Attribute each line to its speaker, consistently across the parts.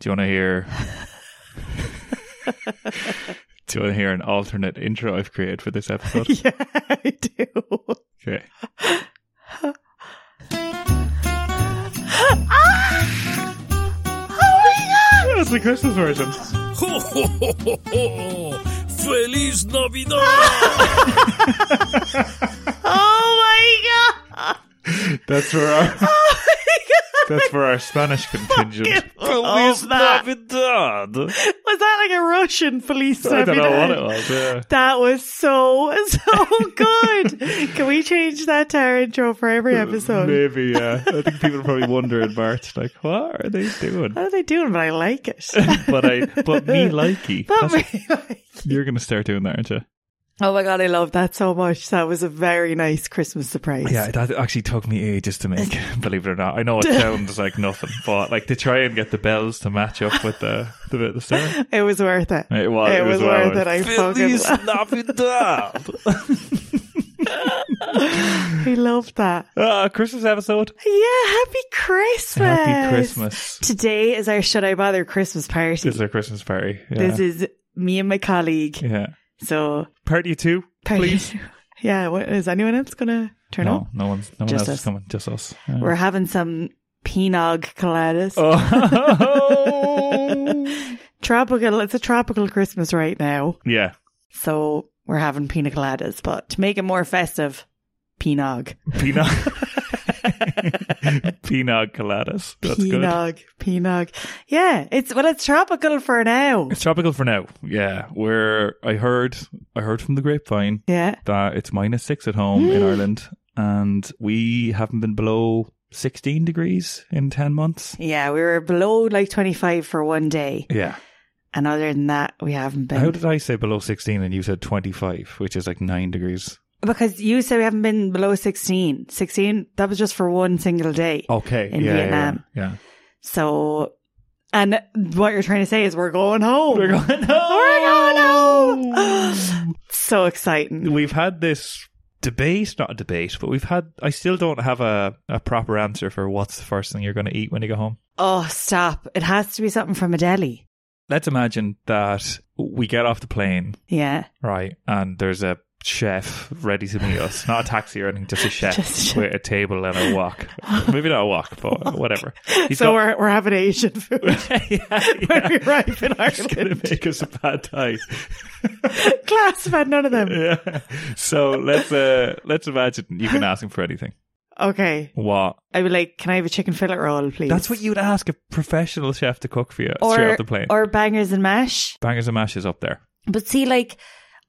Speaker 1: Do you want to hear? do you want to hear an alternate intro I've created for this episode?
Speaker 2: yeah, I do. Oh
Speaker 1: Okay.
Speaker 2: Ah!
Speaker 1: That's the Christmas version.
Speaker 3: ¡Ho, ho, ho, ho, ho! feliz Navidad!
Speaker 2: Oh my god!
Speaker 1: That's for our
Speaker 2: Oh my
Speaker 1: that's for our Spanish
Speaker 2: god!
Speaker 1: contingent.
Speaker 2: Feliz that.
Speaker 3: Navidad!
Speaker 2: Was that like a Russian Feliz
Speaker 1: I don't know
Speaker 2: Navidad?
Speaker 1: what it was. Yeah.
Speaker 2: That was so so good. Can we change that to our intro for every episode?
Speaker 1: Maybe, yeah. I think people probably wonder in March, like, what are they doing?
Speaker 2: What are they doing? But I like it.
Speaker 1: But I, but me likey.
Speaker 2: But
Speaker 1: That's-
Speaker 2: we like-
Speaker 1: You're gonna start doing that, aren't you?
Speaker 2: oh my god, I love that so much. That was a very nice Christmas surprise.
Speaker 1: Yeah, that actually took me ages to make. Believe it or not, I know it sounds like nothing, but like to try and get the bells to match up with the the, the sound.
Speaker 2: It was worth it.
Speaker 1: It was.
Speaker 2: It, was,
Speaker 1: well
Speaker 2: worth it.
Speaker 3: Oh,
Speaker 2: I fucking
Speaker 3: ¡Feliz Navidad!
Speaker 2: I love that.
Speaker 1: Ah, Christmas episode.
Speaker 2: Yeah, happy Christmas.
Speaker 1: Happy Christmas.
Speaker 2: Today is our Should I Bother Christmas party.
Speaker 1: This is our Christmas party. Yeah.
Speaker 2: This is me and my colleague.
Speaker 1: yeah.
Speaker 2: So,
Speaker 1: Party two,
Speaker 2: party-
Speaker 1: please.
Speaker 2: yeah, what, is anyone else going to turn up?
Speaker 1: No, no one's no one
Speaker 2: Just
Speaker 1: else is
Speaker 2: us.
Speaker 1: coming. Just us. Yeah.
Speaker 2: We're having some Pinog coladas.
Speaker 1: Oh.
Speaker 2: Tropical. It's a tropical Christmas right now.
Speaker 1: yeah.
Speaker 2: So we're having pina coladas. But to make it more festive, Pinog.
Speaker 1: Peanut. Peanut coladas. That's good.
Speaker 2: Pinog. Pinog. Yeah. It's, well, it's tropical for now.
Speaker 1: It's tropical for now. Yeah, where I heard, I heard from the grapevine
Speaker 2: Yeah.
Speaker 1: that it's minus six at home in Ireland, and we haven't been below sixteen degrees in ten months.
Speaker 2: Yeah. We were below like 25 for one day.
Speaker 1: Yeah.
Speaker 2: And other than that, we haven't been.
Speaker 1: How did I say below sixteen and you said twenty-five, which is like nine degrees?
Speaker 2: because you said we haven't been below 16. 16, that was just for one single day.
Speaker 1: Okay.
Speaker 2: In
Speaker 1: yeah, yeah,
Speaker 2: Vietnam.
Speaker 1: Yeah.
Speaker 2: So, and what you're trying to say is we're going home.
Speaker 1: We're Oh. going.
Speaker 2: going so exciting.
Speaker 1: We've had this debate, not a debate, but we've had. I still don't have a a proper answer for what's the first thing you're going to eat when you go home.
Speaker 2: Oh, stop. It has to be something from a deli.
Speaker 1: let's imagine that we get off the plane,
Speaker 2: Yeah.
Speaker 1: right, and there's a chef ready to meet us. Not a taxi or anything, just a chef
Speaker 2: Just a chef.
Speaker 1: with a table and a walk. Maybe not a walk, but whatever. He's
Speaker 2: so
Speaker 1: got-
Speaker 2: we're, we're having Asian food
Speaker 1: yeah,
Speaker 2: when we
Speaker 1: yeah.
Speaker 2: arrive in
Speaker 1: He's gonna
Speaker 2: Ireland.
Speaker 1: make us a bad tie.
Speaker 2: Class about none of them.
Speaker 1: yeah. So let's uh, let's imagine you can ask him for anything.
Speaker 2: Okay.
Speaker 1: What?
Speaker 2: I'd be like, can I have a chicken fillet roll, please?
Speaker 1: That's what you'd ask a professional chef to cook for you straight
Speaker 2: or,
Speaker 1: off the plane.
Speaker 2: or bangers and mash.
Speaker 1: Bangers and mash is up there.
Speaker 2: But see, like,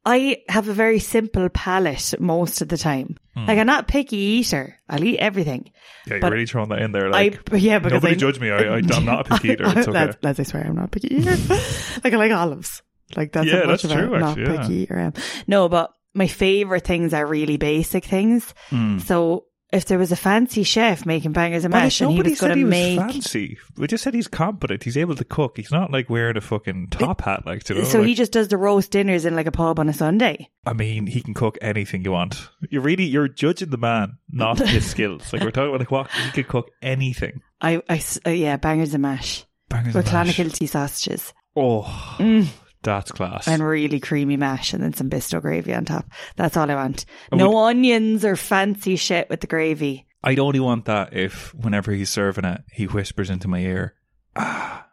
Speaker 2: I have a very simple palate most of the time.
Speaker 1: Hmm.
Speaker 2: Like, I'm not picky eater. I'll eat everything.
Speaker 1: Yeah, you're
Speaker 2: But
Speaker 1: really throwing that in there.
Speaker 2: I
Speaker 1: Like,
Speaker 2: yeah, because
Speaker 1: nobody
Speaker 2: I,
Speaker 1: judge me. I, I, I'm not a picky eater. It's okay.
Speaker 2: Lads, lads, I swear I'm not a picky eater. like I like olives. Like that's
Speaker 1: Yeah,
Speaker 2: how much
Speaker 1: that's
Speaker 2: of a
Speaker 1: true,
Speaker 2: not
Speaker 1: actually, yeah.
Speaker 2: picky eater I am. No, but my favorite things are really basic things.
Speaker 1: Hmm.
Speaker 2: So if there was a fancy chef making bangers and
Speaker 1: Well,
Speaker 2: mash, and he
Speaker 1: nobody
Speaker 2: was
Speaker 1: said
Speaker 2: going to
Speaker 1: he was
Speaker 2: make.
Speaker 1: fancy. We just said he's competent. He's able to cook. He's not like wearing a fucking top hat, like to know.
Speaker 2: so
Speaker 1: Oh, like-
Speaker 2: he just does the roast dinners in like a pub on a Sunday.
Speaker 1: I mean, he can cook anything you want. You're really you're judging the man, not his skills. Like we're talking about, like what he could cook anything.
Speaker 2: I, I s- uh, yeah, bangers and mash
Speaker 1: Bangers
Speaker 2: with
Speaker 1: and mash.
Speaker 2: Clonakilty sausages
Speaker 1: Oh, that's class.
Speaker 2: and really creamy mash, and then some Bisto gravy on top. That's all I want. No onions or fancy shit with the gravy.
Speaker 1: I'd only want that if whenever he's serving it, he whispers into my ear, "Ah,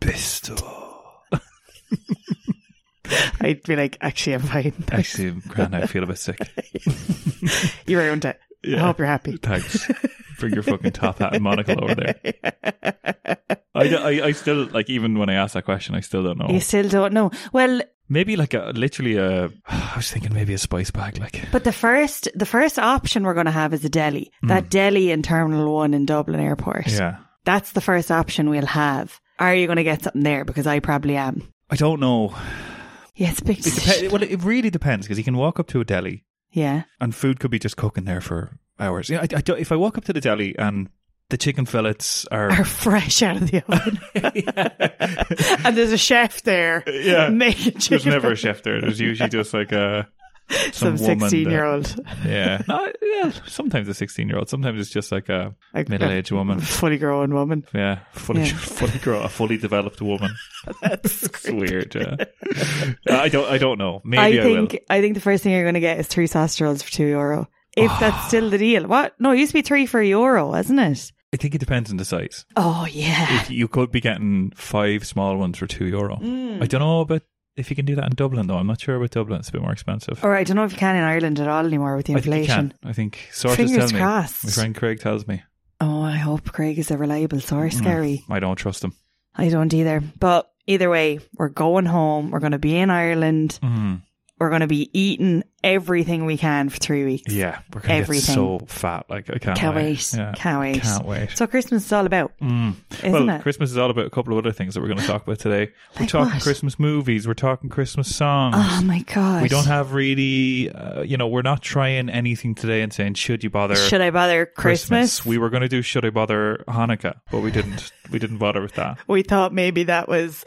Speaker 1: Bisto."
Speaker 2: I'd be like, actually, I'm fine.
Speaker 1: Actually, Gran, I feel a bit sick.
Speaker 2: You ruined it. I hope you're happy.
Speaker 1: Thanks. Bring your fucking top hat and monocle over there. I, don't- I, I still like even when I asked that question, I still don't know.
Speaker 2: You still don't know. Well,
Speaker 1: Maybe like a literally a. I was thinking maybe a spice bag. Like
Speaker 2: but the first the first option we're going to have is a deli. That deli in Terminal 1 in Dublin Airport.
Speaker 1: Hmm. yeah,
Speaker 2: That's the first option we'll have. Are you going to get something there because I probably am.
Speaker 1: I don't know.
Speaker 2: Yeah, it's a big
Speaker 1: It depends. Well, it really depends because you can walk up to a deli
Speaker 2: Yeah.
Speaker 1: and food could be just cooking there for hours. Yeah, I, I don't, if I walk up to the deli and the chicken fillets are
Speaker 2: Are fresh out of the oven. and there's a chef there
Speaker 1: Yeah.
Speaker 2: making
Speaker 1: there's
Speaker 2: chicken.
Speaker 1: never a chef there. There's usually just like a
Speaker 2: Some
Speaker 1: woman that-
Speaker 2: 16 year old.
Speaker 1: Yeah. No, yeah. Sometimes a 16 year old. Sometimes it's just like a
Speaker 2: Like uh, a-
Speaker 1: middle aged woman.
Speaker 2: Fully grown woman.
Speaker 1: Yeah. Fully,
Speaker 2: Yeah.
Speaker 1: fully grow, a fully developed woman.
Speaker 2: That's
Speaker 1: It's weird. Yeah. I don't, I don't know.
Speaker 2: I
Speaker 1: Maybe I,
Speaker 2: think I, think the first thing you're going to get is three sausage rolls for two euro. If that's still the deal. What? No, it used to be three for a euro, wasn't it?
Speaker 1: will. I think it depends on the size.
Speaker 2: Oh, yeah.
Speaker 1: If you could be getting five small ones for two euro.
Speaker 2: Mm.
Speaker 1: I don't know about if you can do that in Dublin though. I'm not sure about Dublin. It's a bit more expensive.
Speaker 2: Or I don't know if you can in Ireland at all anymore with the
Speaker 1: I think you
Speaker 2: inflation.
Speaker 1: can. I think sources
Speaker 2: Fingers
Speaker 1: tell me.
Speaker 2: crossed.
Speaker 1: My friend Craig tells me.
Speaker 2: Oh, I hope Craig is a reliable source,
Speaker 1: Mm.
Speaker 2: Gary.
Speaker 1: I don't trust him.
Speaker 2: I don't either. But either way, we're going home. We're going to be in Ireland.
Speaker 1: Mm.
Speaker 2: We're going to be eating everything we can for three weeks.
Speaker 1: Yeah, we're gonna
Speaker 2: Everything.
Speaker 1: get so fat. Like I can't,
Speaker 2: Can't wait.
Speaker 1: Yeah.
Speaker 2: Can't wait.
Speaker 1: Can't wait.
Speaker 2: So Christmas is all about,
Speaker 1: Mm.
Speaker 2: isn't
Speaker 1: well,
Speaker 2: it?
Speaker 1: Christmas is all about a couple of other things that we're going to talk about today. We're
Speaker 2: Like
Speaker 1: talking
Speaker 2: what?
Speaker 1: Christmas movies. We're talking Christmas songs.
Speaker 2: oh my god!
Speaker 1: we don't have really, uh, you know, we're not trying anything today and saying should you bother
Speaker 2: Should I bother Christmas?
Speaker 1: We were going to do should I bother Hanukkah, but we didn't. We didn't bother with that.
Speaker 2: We thought maybe that was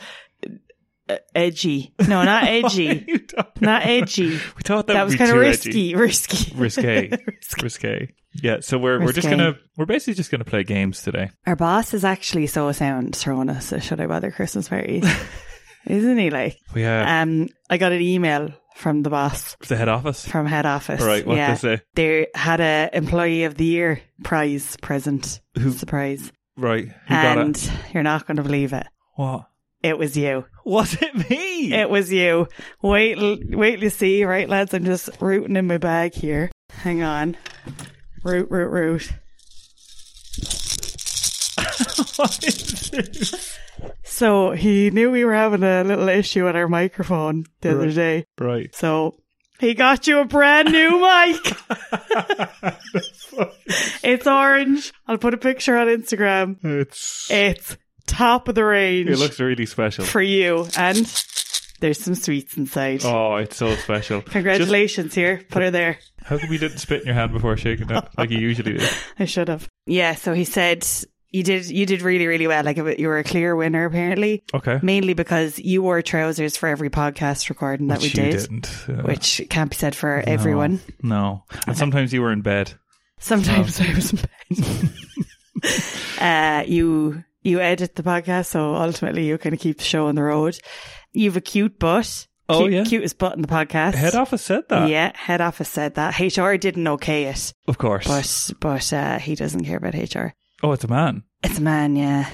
Speaker 2: uh, edgy. No, not edgy.
Speaker 1: You don't-
Speaker 2: not edgy.
Speaker 1: we thought that,
Speaker 2: That
Speaker 1: would
Speaker 2: was
Speaker 1: be
Speaker 2: kind of
Speaker 1: too
Speaker 2: risky.
Speaker 1: edgy.
Speaker 2: Risky.
Speaker 1: risque, risque. Yeah, so we're we're just
Speaker 2: Risque.
Speaker 1: gonna we're basically just gonna play games today.
Speaker 2: Our boss is actually so sound throwing us. So should I bother Christmas parties? Isn't he like?
Speaker 1: We have
Speaker 2: Um, I got an email from the boss
Speaker 1: the head office.
Speaker 2: from head office.
Speaker 1: All right, what
Speaker 2: yeah.
Speaker 1: they say?
Speaker 2: They had a employee of the year prize present.
Speaker 1: Who-
Speaker 2: Surprise.
Speaker 1: Right, who got
Speaker 2: And
Speaker 1: it?
Speaker 2: you're not going to believe it.
Speaker 1: What
Speaker 2: It was you.
Speaker 1: was it? Me?
Speaker 2: It was you. Wait, l- wait to see, right, lads? I'm just rooting in my bag here. Hang on. Root, root, root.
Speaker 1: What is this?
Speaker 2: So he knew we were having a little issue with our microphone the other
Speaker 1: Right.
Speaker 2: day.
Speaker 1: right.
Speaker 2: So he got you a brand new mic. it's orange. I'll put a picture on Instagram.
Speaker 1: Hmm. It's
Speaker 2: It's top of the range
Speaker 1: it looks really special.
Speaker 2: for you. And there's some sweets inside.
Speaker 1: Oh, it's so special!
Speaker 2: Congratulations here. Put her there.
Speaker 1: Just- how come you didn't spit in your hand before shaking it like you usually do?
Speaker 2: I should have. Yeah, so he said you did you did really, really well. Like you were a clear winner apparently.
Speaker 1: Okay,
Speaker 2: Mainly because you wore trousers for every podcast recording that
Speaker 1: Which
Speaker 2: we
Speaker 1: you
Speaker 2: did.
Speaker 1: didn't. yeah.
Speaker 2: Which can't be said for everyone.
Speaker 1: No, and sometimes you were in bed.
Speaker 2: Sometimes I was in bed. uh, you you edit the podcast, so ultimately you kind of keep the show on the road. You've a cute butt.
Speaker 1: Oh,
Speaker 2: Cute-
Speaker 1: yeah.
Speaker 2: cutest butt in the podcast.
Speaker 1: Head office said that.
Speaker 2: Yeah, head office said that. HR didn't okay it,
Speaker 1: of course.
Speaker 2: but but uh, he doesn't care about HR.
Speaker 1: oh, it's a man.
Speaker 2: It's a man, yeah.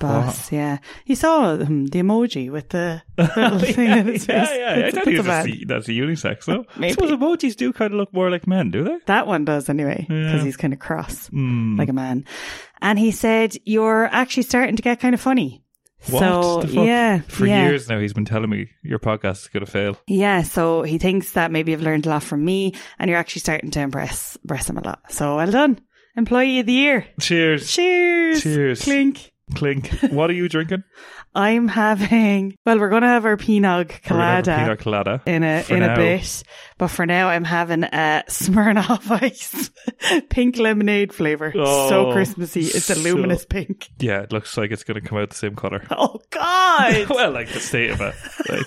Speaker 2: Boss, yeah. You saw him, the emoji with the little thing in his face.
Speaker 1: Yeah, yeah. I
Speaker 2: It's-
Speaker 1: thought
Speaker 2: it's
Speaker 1: he
Speaker 2: a
Speaker 1: was
Speaker 2: man.
Speaker 1: a, se- that's a unisex, though. I
Speaker 2: Maybe.
Speaker 1: suppose emojis do kind of look more like men, do they?
Speaker 2: That one does anyway, because
Speaker 1: Yeah.
Speaker 2: he's kind of cross,
Speaker 1: Mm.
Speaker 2: like a man. And he said, You're actually starting to get kind of funny. So,
Speaker 1: the fuck?
Speaker 2: yeah.
Speaker 1: For
Speaker 2: yeah.
Speaker 1: years now, he's been telling me your podcast is going to fail.
Speaker 2: Yeah. So he thinks that maybe you've learned a lot from me and you're actually starting to impress, impress him a lot. So well done. Employee of the year.
Speaker 1: Cheers.
Speaker 2: Cheers.
Speaker 1: Cheers.
Speaker 2: Clink.
Speaker 1: Clink. What are you drinking?
Speaker 2: I'm having, well, we're going to have our Pinot
Speaker 1: We're gonna have
Speaker 2: Colada.
Speaker 1: a Pina colada.
Speaker 2: in a
Speaker 1: For
Speaker 2: in
Speaker 1: now.
Speaker 2: a bit. But for now, I'm having a Smirnoff Ice pink lemonade flavor. so
Speaker 1: Oh,
Speaker 2: Christmassy. It's a
Speaker 1: so-
Speaker 2: luminous pink.
Speaker 1: Yeah, it looks like it's going to come out the same color.
Speaker 2: Oh God!
Speaker 1: well, like the state of it. Like,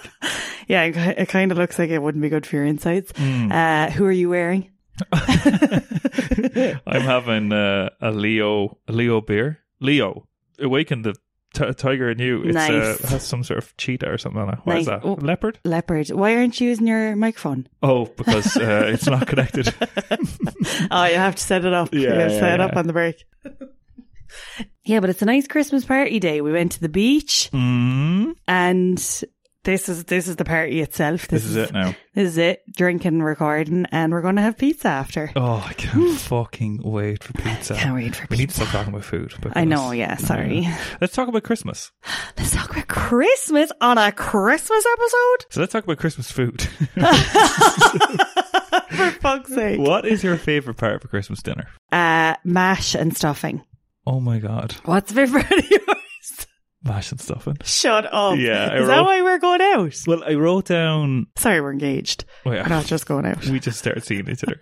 Speaker 2: yeah, it, ki- it kind of looks like it wouldn't be good for your insides.
Speaker 1: Hmm.
Speaker 2: Uh, who are you wearing?
Speaker 1: I'm having uh, a Leo a Leo beer. Leo, awaken the t- tiger in you. It's
Speaker 2: Nice.
Speaker 1: uh, has some sort of cheetah or something on it. What is
Speaker 2: Nice.
Speaker 1: that?
Speaker 2: Oh.
Speaker 1: Leopard?
Speaker 2: Leopard. Why aren't you using your microphone?
Speaker 1: Oh, because uh, it's not connected.
Speaker 2: Oh, you have to set it up.
Speaker 1: Yeah,
Speaker 2: you have to
Speaker 1: yeah,
Speaker 2: set it
Speaker 1: yeah.
Speaker 2: up on the break. yeah, but it's a nice Christmas party day. We went to the beach,
Speaker 1: Mm,
Speaker 2: and this is this is the party itself.
Speaker 1: this is it now.
Speaker 2: This is it. Drinking, recording, and we're going to have pizza after.
Speaker 1: Oh, I can't fucking wait for pizza.
Speaker 2: Can't wait for
Speaker 1: we need to
Speaker 2: pizza.
Speaker 1: stop talking about food.
Speaker 2: I know,
Speaker 1: because-
Speaker 2: yeah, sorry.
Speaker 1: Let's talk about Christmas.
Speaker 2: Let's talk about Christmas on a Christmas episode?
Speaker 1: So let's talk about Christmas food.
Speaker 2: For fuck's sake.
Speaker 1: what is your favorite part of a Christmas dinner?
Speaker 2: Uh, mash and stuffing.
Speaker 1: Oh my god,
Speaker 2: What's favorite of yours?
Speaker 1: mash and stuffing.
Speaker 2: Shut up.
Speaker 1: Yeah, I
Speaker 2: Is that
Speaker 1: wrote-
Speaker 2: why we're going out?
Speaker 1: Well, I wrote down.
Speaker 2: Sorry, we're engaged.
Speaker 1: Wait,
Speaker 2: We're not just going out.
Speaker 1: we just started seeing each other.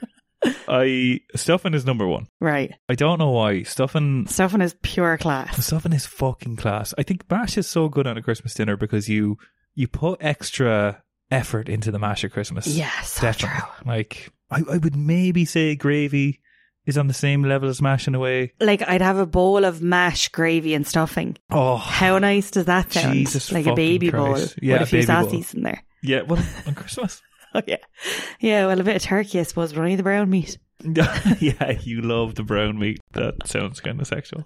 Speaker 1: I stuffing is number one.
Speaker 2: Right.
Speaker 1: I don't know why stuffing.
Speaker 2: Stuffing is pure class.
Speaker 1: Stuffing is fucking class. I think mash is so good on a Christmas dinner because you you put extra effort into the mash at Christmas.
Speaker 2: Yes, so
Speaker 1: definitely.
Speaker 2: true.
Speaker 1: Like I, I would maybe say gravy is on the same level as mash in a way.
Speaker 2: Like I'd have a bowl of mash, gravy, and stuffing.
Speaker 1: Oh
Speaker 2: How nice does that sound?
Speaker 1: Jesus
Speaker 2: like a
Speaker 1: fucking
Speaker 2: baby
Speaker 1: Christ.
Speaker 2: bowl
Speaker 1: Yeah,
Speaker 2: with
Speaker 1: a
Speaker 2: a
Speaker 1: baby
Speaker 2: few
Speaker 1: bowl.
Speaker 2: sassies in there.
Speaker 1: yeah, well on Christmas.
Speaker 2: Oh yeah, yeah. Well, a bit of turkey, I suppose, but only the brown meat.
Speaker 1: yeah, you love the brown meat. That sounds kind of sexual,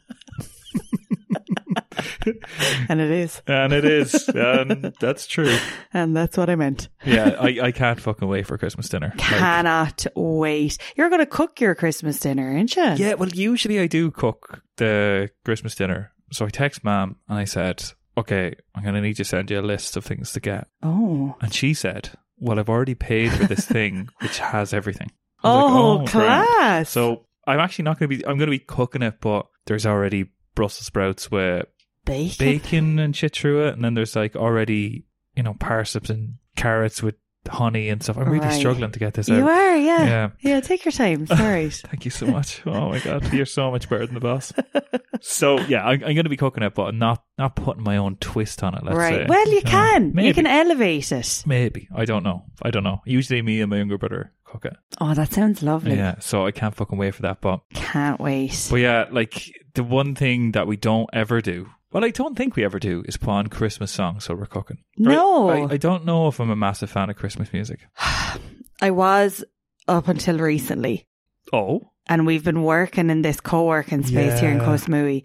Speaker 2: And it is.
Speaker 1: and it is. and that's true.
Speaker 2: And that's what I meant.
Speaker 1: Yeah, I, I can't fucking wait for Christmas dinner. Like,
Speaker 2: Cannot wait. You're going to cook your Christmas dinner, aren't you?
Speaker 1: Yeah, well, usually I do cook the Christmas dinner. So I text mom and I said, okay, I'm going to need to send you a list of things to get.
Speaker 2: Oh.
Speaker 1: And she said, well, I've already paid for this thing, which has everything. I was like,
Speaker 2: Oh,
Speaker 1: grand."
Speaker 2: class.
Speaker 1: So I'm actually not going to be, I'm going to be cooking it, but there's already Brussels sprouts with
Speaker 2: bacon.
Speaker 1: bacon and shit through it. And then there's like already, you know, parsnips and carrots with honey and stuff. I'm really
Speaker 2: Right.
Speaker 1: struggling to get this
Speaker 2: You
Speaker 1: out.
Speaker 2: are, yeah. yeah.
Speaker 1: Yeah.
Speaker 2: take your time. It's all right.
Speaker 1: Thank you so much. Oh my god, you're so much better than the boss. So yeah, I'm, I'm going to be cooking it, but not not putting my own twist on it. Let's
Speaker 2: right.
Speaker 1: say.
Speaker 2: Well, you
Speaker 1: know,
Speaker 2: can.
Speaker 1: Maybe,
Speaker 2: You can elevate it.
Speaker 1: Maybe I don't know. I don't know. Usually, me and my younger brother cook it.
Speaker 2: Oh, that sounds lovely.
Speaker 1: Yeah, so I can't fucking wait for that. But
Speaker 2: Can't wait.
Speaker 1: but yeah, like the one thing that we don't ever do. Well, I don't think we ever do is put on Christmas songs while we're cooking. Right?
Speaker 2: No.
Speaker 1: I, I don't know if I'm a massive fan of Christmas music.
Speaker 2: I was up until recently.
Speaker 1: Oh,
Speaker 2: and we've been working in this co-working space here in
Speaker 1: Yeah.
Speaker 2: Kosamui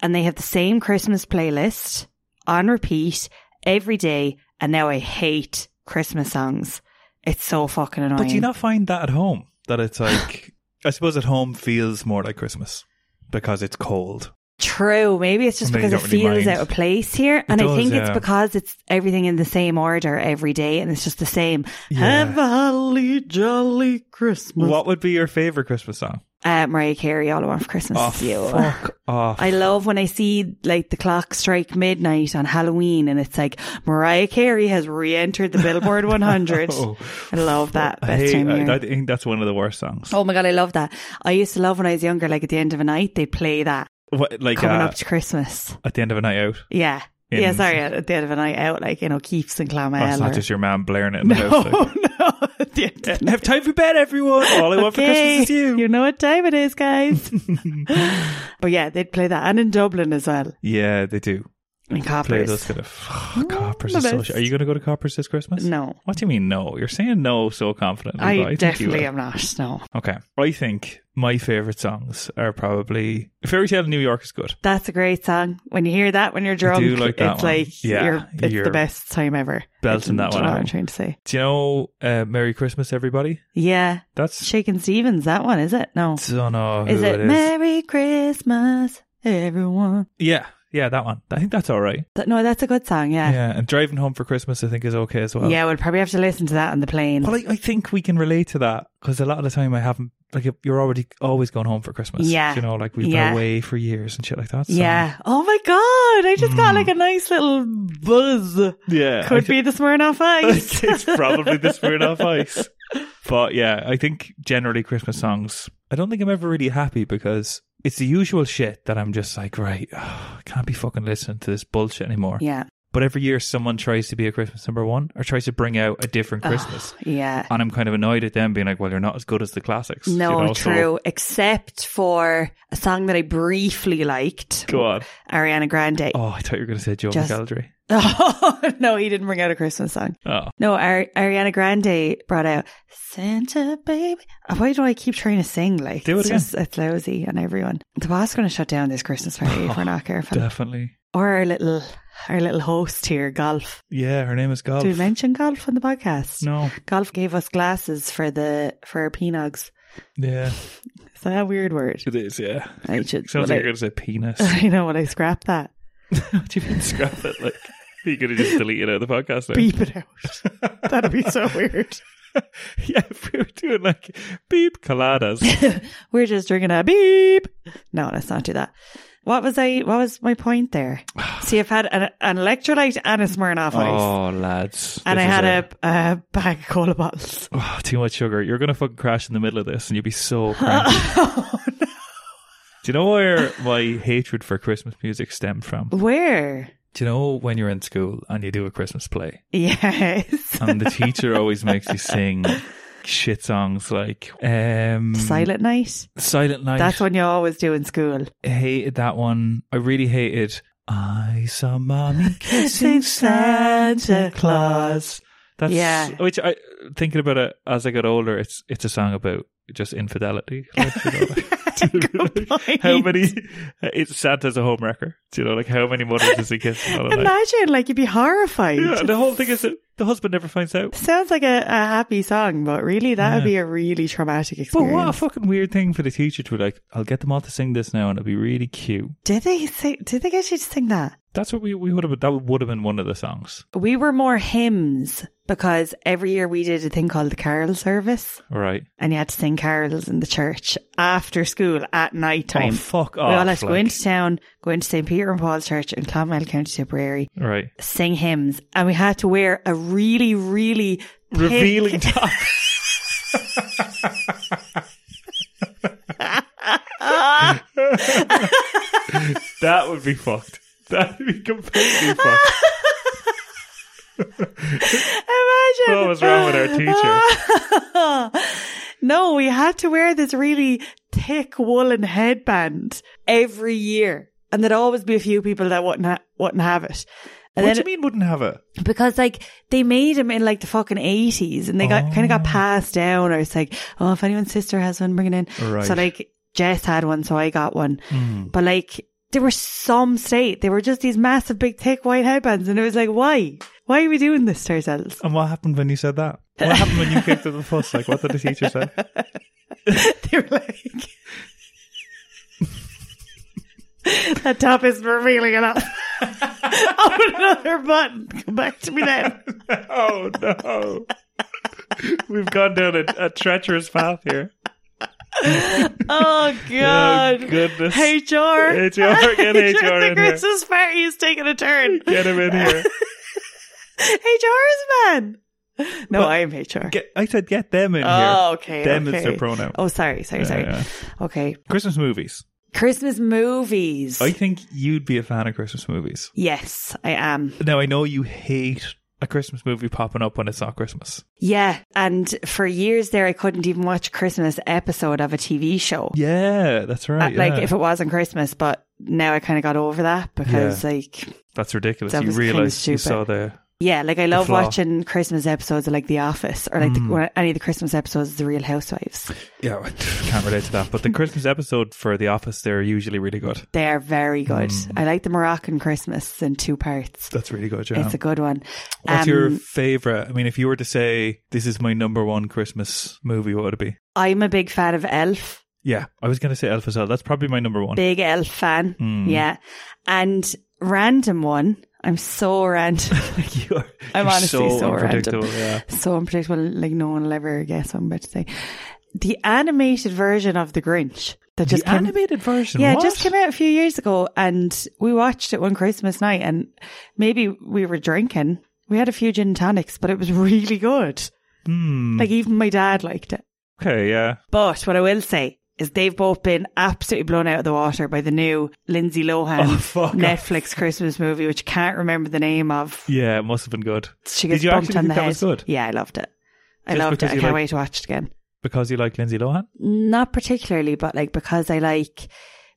Speaker 2: and they have the same Christmas playlist on repeat every day and now I hate Christmas songs. It's so fucking annoying.
Speaker 1: but do you not find that at home? That it's like I suppose at home feels more like Christmas because it's cold.
Speaker 2: True. Maybe it's just
Speaker 1: Maybe
Speaker 2: because
Speaker 1: you
Speaker 2: it
Speaker 1: don't really
Speaker 2: feels
Speaker 1: mind.
Speaker 2: out of place here. and
Speaker 1: does,
Speaker 2: I think
Speaker 1: yeah.
Speaker 2: it's because it's everything in the same order every day and it's just the same.
Speaker 1: Yeah.
Speaker 2: Have a holly jolly Christmas.
Speaker 1: What would be your favorite Christmas song?
Speaker 2: Uh, Mariah Carey, All I Want for Christmas Is You.
Speaker 1: Oh, fuck off!
Speaker 2: I love when I see like the clock strike midnight on Halloween and it's like Mariah Carey has re-entered the Billboard 100.
Speaker 1: Oh.
Speaker 2: I love that.
Speaker 1: I
Speaker 2: Best
Speaker 1: hate-
Speaker 2: time of
Speaker 1: I,
Speaker 2: year.
Speaker 1: I think that's one of the worst songs.
Speaker 2: oh my God, I love that. I used to love when I was younger, like at the end of a night, they'd play that
Speaker 1: What, like
Speaker 2: coming
Speaker 1: uh,
Speaker 2: up to Christmas.
Speaker 1: at the end of a night out.
Speaker 2: Yeah.
Speaker 1: In-
Speaker 2: yeah, sorry, at the end of a night out, like, you know, Keefs and
Speaker 1: Oh, it's
Speaker 2: Clamel.
Speaker 1: not
Speaker 2: or-
Speaker 1: just your man blaring it in
Speaker 2: no,
Speaker 1: the house. Like,
Speaker 2: no, at the end of-
Speaker 1: Have time for bed, everyone. All I want for
Speaker 2: Okay,
Speaker 1: Christmas is you.
Speaker 2: know what time it is, guys. but yeah, they'd play that. And in Dublin as well,
Speaker 1: Yeah, they do.
Speaker 2: in
Speaker 1: Play
Speaker 2: Coppers.
Speaker 1: those kind of oh, coppers.
Speaker 2: the
Speaker 1: is so
Speaker 2: best.
Speaker 1: sh- Are you going to go to coppers this Christmas?
Speaker 2: No.
Speaker 1: What do you mean no? You're saying no so confidently. but
Speaker 2: I,
Speaker 1: think you
Speaker 2: definitely
Speaker 1: will.
Speaker 2: am not. No,
Speaker 1: Okay. I think my favorite songs are probably Fairy Tale in New York is good.
Speaker 2: that's a great song. When you hear that when you're drunk,
Speaker 1: do like that
Speaker 2: it's
Speaker 1: one.
Speaker 2: like
Speaker 1: Yeah,
Speaker 2: you're, it's
Speaker 1: you're
Speaker 2: the best time ever.
Speaker 1: belting that
Speaker 2: It's
Speaker 1: one
Speaker 2: what I'm
Speaker 1: out.
Speaker 2: trying to say.
Speaker 1: Do you know uh, Merry Christmas, everybody?
Speaker 2: Yeah,
Speaker 1: That's
Speaker 2: Shakin' Stevens. That one is it? No,
Speaker 1: don't know who
Speaker 2: is it,
Speaker 1: it is.
Speaker 2: Merry Christmas, everyone?
Speaker 1: Yeah, yeah, that one. I think that's all right.
Speaker 2: That, no, that's a good song. Yeah. yeah.
Speaker 1: yeah, and driving home for Christmas, I think, is okay as well.
Speaker 2: we'll probably have to listen to that on the plane.
Speaker 1: Well, I, I think we can relate to that because a lot of the time I haven't like if you're already always going home for Christmas.
Speaker 2: Yeah.
Speaker 1: you know, like we've
Speaker 2: Yeah.
Speaker 1: been away for years and shit like that. so-
Speaker 2: yeah. Oh my god, I just got
Speaker 1: Hmm.
Speaker 2: like a nice little buzz.
Speaker 1: yeah,
Speaker 2: Could be the Smirnoff Ice.
Speaker 1: it's probably the spirit of ice. But yeah, I think generally Christmas songs. I don't think I'm ever really happy because it's the usual shit that I'm just like, right, I can't be fucking listening to this bullshit anymore.
Speaker 2: yeah.
Speaker 1: But every year, someone tries to be a Christmas number one or tries to bring out a different Christmas.
Speaker 2: Yeah.
Speaker 1: and I'm kind of annoyed at them being like, well, you're not as good as the classics.
Speaker 2: No,
Speaker 1: you know, so-
Speaker 2: true. Except for a song that I briefly liked.
Speaker 1: go on.
Speaker 2: Ariana Grande. Oh.
Speaker 1: Oh, I thought you were going to say Joe
Speaker 2: Just-
Speaker 1: McElderry.
Speaker 2: no, he didn't bring out a Christmas song.
Speaker 1: Oh,
Speaker 2: No, Ari- Ariana Grande brought out Santa Baby. Oh, Why do I keep trying to sing? Like,
Speaker 1: Do it
Speaker 2: it's
Speaker 1: again.
Speaker 2: just- it's lousy on everyone. The boss going to shut down this Christmas party if we're not careful.
Speaker 1: definitely.
Speaker 2: Or our little, our little host here, golf.
Speaker 1: Yeah, her name is Golf.
Speaker 2: Did we mention golf on the podcast?
Speaker 1: no,
Speaker 2: Golf gave us glasses for the for our peanugs.
Speaker 1: yeah,
Speaker 2: Is that a weird word?
Speaker 1: it is. Yeah,
Speaker 2: I should.
Speaker 1: sounds like
Speaker 2: well,
Speaker 1: you're going to say penis.
Speaker 2: I, I know when I scrap that.
Speaker 1: What do you mean scrap it? Like you're going to just delete it out of the podcast. Now?
Speaker 2: beep it out. That'd be so weird.
Speaker 1: yeah, if we were doing like beep coladas.
Speaker 2: We're just drinking a beep. No, let's not do that. What was I? What was my point there? See, I've had an, an electrolyte and a Smirnoff ice,
Speaker 1: oh, lads,
Speaker 2: and I
Speaker 1: this is
Speaker 2: had a, a bag of cola bottles.
Speaker 1: oh, too much sugar. You're going to fucking crash in the middle of this, and you'd be so cranky. Oh, Do you know where my hatred for Christmas music stemmed from?
Speaker 2: Where?
Speaker 1: Do you know when you're in school and you do a Christmas play
Speaker 2: Yes.
Speaker 1: and the teacher always makes you sing shit songs like um,
Speaker 2: Silent night.
Speaker 1: Silent Night.
Speaker 2: That's what you always do in school.
Speaker 1: hated that one. I really hated. I saw mommy kissing Santa Claus. That's
Speaker 2: Yeah.
Speaker 1: Which I thinking about it as I got older, it's it's a song about just infidelity. Like, you know,
Speaker 2: Good point.
Speaker 1: how many? It's Santa's a homewrecker. Do you know, like how many mothers does he kiss? on a night?
Speaker 2: Imagine, like, you'd be horrified.
Speaker 1: Yeah, the whole thing is that the husband never finds out.
Speaker 2: Sounds like a, a happy song, but really, that would
Speaker 1: Yeah.
Speaker 2: be a really traumatic
Speaker 1: But
Speaker 2: experience.
Speaker 1: what a fucking weird thing for the teacher to be like, I'll get them all to sing this now and it'll be really cute.
Speaker 2: Did they say? Did they get you to sing that?
Speaker 1: That's what we, we would have, that would have been one of the songs.
Speaker 2: We were more hymns because every year we did a thing called the carol service,
Speaker 1: Right.
Speaker 2: and you had to sing carols in the church after school at night
Speaker 1: Oh,
Speaker 2: time.
Speaker 1: fuck off.
Speaker 2: we all had to go
Speaker 1: like-
Speaker 2: into town, go into St Peter and Paul's Church in Clonmel, County Tipperary,
Speaker 1: Right.
Speaker 2: sing hymns, and we had to wear a really, really thick-
Speaker 1: Revealing top. that would be fucked. That would be completely fucked.
Speaker 2: Imagine
Speaker 1: What was wrong with our
Speaker 2: teacher. no, we had to wear this really thick woolen headband every year, and there'd always be a few people that wouldn't ha- wouldn't have it. And
Speaker 1: what
Speaker 2: then
Speaker 1: do you mean wouldn't have it?
Speaker 2: because like they made them in like the fucking eighties, and they got kind of got passed down, or it's like, oh, if anyone's sister has one, bring it in.
Speaker 1: Right.
Speaker 2: So like Jess had one, so I got one. But like there were some state, they were just these massive, big, thick white headbands, and it was like, why? Why are we doing this to ourselves?
Speaker 1: And what happened when you said that? What happened when you kicked up the fuss? Like, what did the teacher say?
Speaker 2: they were like, that top is revealing enough. Open another button. Come back to me then.
Speaker 1: oh, no. We've gone down a, a treacherous path here.
Speaker 2: Oh God!
Speaker 1: Oh, goodness.
Speaker 2: HR.
Speaker 1: HR, get HR
Speaker 2: the
Speaker 1: in here.
Speaker 2: Christmas party is taking a turn.
Speaker 1: Get him in here.
Speaker 2: HR is man. No,
Speaker 1: What?
Speaker 2: I am HR.
Speaker 1: Get, I said get them in
Speaker 2: oh, okay.
Speaker 1: here. Them
Speaker 2: okay.
Speaker 1: is their pronoun.
Speaker 2: Oh, sorry, sorry,
Speaker 1: Yeah,
Speaker 2: sorry.
Speaker 1: yeah.
Speaker 2: Okay,
Speaker 1: Christmas movies.
Speaker 2: Christmas movies.
Speaker 1: I think you'd be a fan of Christmas movies.
Speaker 2: yes, I am.
Speaker 1: Now I know you hate a Christmas movie popping up when it's not Christmas.
Speaker 2: Yeah, and for years there, I couldn't even watch a Christmas episode of a TV show.
Speaker 1: Yeah, that's
Speaker 2: Uh,
Speaker 1: right.
Speaker 2: Like
Speaker 1: yeah.
Speaker 2: if it wasn't Christmas, but now I kind of got over that because like
Speaker 1: that's ridiculous.
Speaker 2: that
Speaker 1: You
Speaker 2: was kinda
Speaker 1: realize you
Speaker 2: stupid.
Speaker 1: saw the
Speaker 2: yeah, like I love
Speaker 1: flaw. Mm.
Speaker 2: watching Christmas episodes of like The Office or like the, one- any of the Christmas episodes of The Real Housewives.
Speaker 1: yeah. I can't relate to that, but the Christmas episode for The Office they're usually really good.
Speaker 2: They are very good.
Speaker 1: Mm.
Speaker 2: I like the Moroccan Christmas in two parts.
Speaker 1: That's really good. Yeah.
Speaker 2: It's a good one.
Speaker 1: Oh. What's
Speaker 2: Um,
Speaker 1: your favorite? I mean, if you were to say this is my number one Christmas movie, what would it be?
Speaker 2: I'm a big fan of Elf.
Speaker 1: Yeah, I was gonna say Elf as well. That's probably my number one.
Speaker 2: Big Elf fan.
Speaker 1: Mm.
Speaker 2: Yeah, and random one. I'm so random.
Speaker 1: you're,
Speaker 2: I'm
Speaker 1: you're
Speaker 2: honestly so random.
Speaker 1: unpredictable. Yeah.
Speaker 2: so unpredictable. Like no one will ever guess what I'm about to say. The animated version of The Grinch that just
Speaker 1: the
Speaker 2: came,
Speaker 1: animated version.
Speaker 2: yeah, it
Speaker 1: what?
Speaker 2: just came out a few years ago, and we watched it one Christmas night, and maybe we were drinking. We had a few gin and tonics, but it was really good.
Speaker 1: Hmm.
Speaker 2: Like even my dad liked it.
Speaker 1: okay, yeah.
Speaker 2: But what I will say is they've both been absolutely blown out of the water by the new Lindsay Lohan
Speaker 1: Oh, fuck
Speaker 2: Netflix Christmas movie, which I can't remember the name of.
Speaker 1: Yeah, it must have been good
Speaker 2: She
Speaker 1: Did
Speaker 2: gets
Speaker 1: you
Speaker 2: bumped
Speaker 1: actually
Speaker 2: on
Speaker 1: think
Speaker 2: the
Speaker 1: that
Speaker 2: head.
Speaker 1: was good?
Speaker 2: Yeah, I loved it. I
Speaker 1: Just
Speaker 2: loved it.
Speaker 1: because
Speaker 2: I
Speaker 1: you
Speaker 2: can't
Speaker 1: like-
Speaker 2: wait to watch it again.
Speaker 1: because you like Lindsay Lohan.
Speaker 2: Not particularly, but like because I like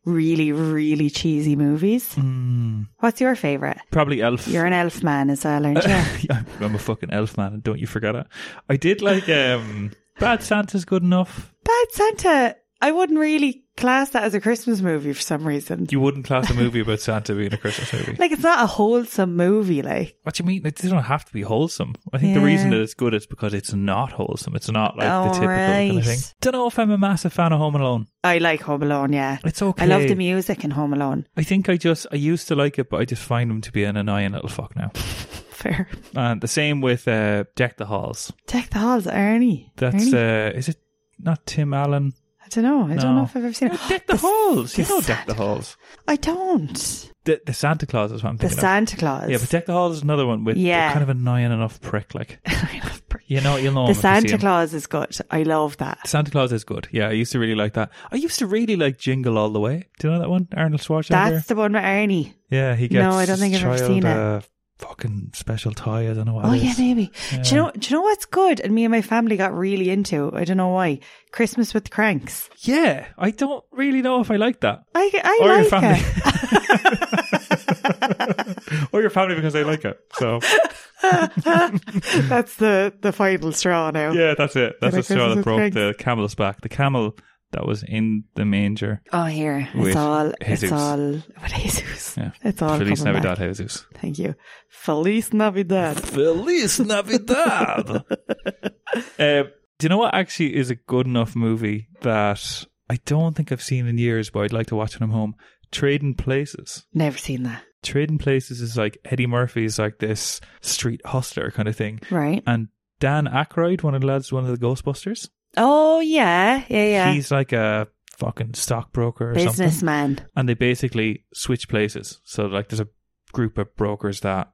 Speaker 2: really, really cheesy movies.
Speaker 1: Hmm.
Speaker 2: What's your favourite?
Speaker 1: Probably Elf.
Speaker 2: You're an elf man as well, aren't you?
Speaker 1: I'm a fucking elf man, and don't you forget it. I did like um Bad Santa's good enough.
Speaker 2: Bad Santa. I wouldn't really class that as a Christmas movie for some reason.
Speaker 1: You wouldn't class a movie about Santa being a Christmas movie.
Speaker 2: Like it's not a wholesome movie, like.
Speaker 1: what do you mean? It doesn't have to be wholesome. I think the
Speaker 2: Yeah.
Speaker 1: reason that it's good is because it's not wholesome. It's not like
Speaker 2: Oh,
Speaker 1: the typical kind
Speaker 2: right.
Speaker 1: of thing. Don't know if I'm a massive fan of Home Alone.
Speaker 2: I like Home Alone, yeah.
Speaker 1: It's okay.
Speaker 2: I love the music in Home Alone.
Speaker 1: I think I just I used to like it, but I just find him to be an annoying little fuck now.
Speaker 2: Fair.
Speaker 1: And the same with uh, Deck the Halls.
Speaker 2: Deck the Halls, Ernie.
Speaker 1: That's
Speaker 2: Ernie?
Speaker 1: uh, is it not Tim Allen?
Speaker 2: I don't know. I don't
Speaker 1: no.
Speaker 2: know if I've ever seen it.
Speaker 1: Deck the, halls. You
Speaker 2: the
Speaker 1: know Deck the halls.
Speaker 2: I don't.
Speaker 1: The, the Santa Claus is what I'm
Speaker 2: The
Speaker 1: thinking of.
Speaker 2: Santa Claus.
Speaker 1: Yeah, but Deck the halls is another one with
Speaker 2: Yeah.
Speaker 1: kind of annoying enough prick. Like
Speaker 2: I love Bri-
Speaker 1: You know, you'll know him
Speaker 2: The
Speaker 1: if you see
Speaker 2: Santa
Speaker 1: him.
Speaker 2: Claus is good. I love that.
Speaker 1: Santa Claus is good. Yeah, I used to really like that. I used to really like Jingle All the Way. Do you know that one? Arnold Schwarzenegger.
Speaker 2: That's the one with Ernie.
Speaker 1: yeah, he gets.
Speaker 2: No, I don't think
Speaker 1: his
Speaker 2: I've ever
Speaker 1: child,
Speaker 2: seen it.
Speaker 1: Uh, fucking special toy. I don't know what.
Speaker 2: Oh
Speaker 1: it
Speaker 2: yeah,
Speaker 1: is.
Speaker 2: maybe. Do you
Speaker 1: Yeah.
Speaker 2: know? Do you know what's good? And me and my family got really into. I don't know why. Christmas with the Cranks.
Speaker 1: Yeah, I don't really know if I like that.
Speaker 2: I I
Speaker 1: Or Oh, your
Speaker 2: like
Speaker 1: family.
Speaker 2: it.
Speaker 1: or your family because they like it. So
Speaker 2: That's the the final straw now.
Speaker 1: yeah, that's it. That's
Speaker 2: Merry
Speaker 1: the straw that
Speaker 2: Christmas,
Speaker 1: broke
Speaker 2: Craig.
Speaker 1: the camel's back. The camel that was in the manger.
Speaker 2: Oh, here it's
Speaker 1: With
Speaker 2: all
Speaker 1: Jesus.
Speaker 2: it's all with Jesus.
Speaker 1: Yeah.
Speaker 2: It's all
Speaker 1: Feliz
Speaker 2: coming
Speaker 1: Navidad,
Speaker 2: back.
Speaker 1: Jesus.
Speaker 2: Thank you. Feliz Navidad.
Speaker 1: Feliz Navidad. uh, do you know what actually is a good enough movie that I don't think I've seen in years, but I'd like to watch when I'm home? Trading Places.
Speaker 2: Never seen that.
Speaker 1: Trading Places is like Eddie Murphy's like this street hustler kind of thing.
Speaker 2: Right.
Speaker 1: And Dan Aykroyd, one of the lads, one of the Ghostbusters,
Speaker 2: Oh yeah, yeah, yeah.
Speaker 1: he's like a fucking stockbroker or something.
Speaker 2: Businessman.
Speaker 1: And they basically switch places. So like there's a group of brokers that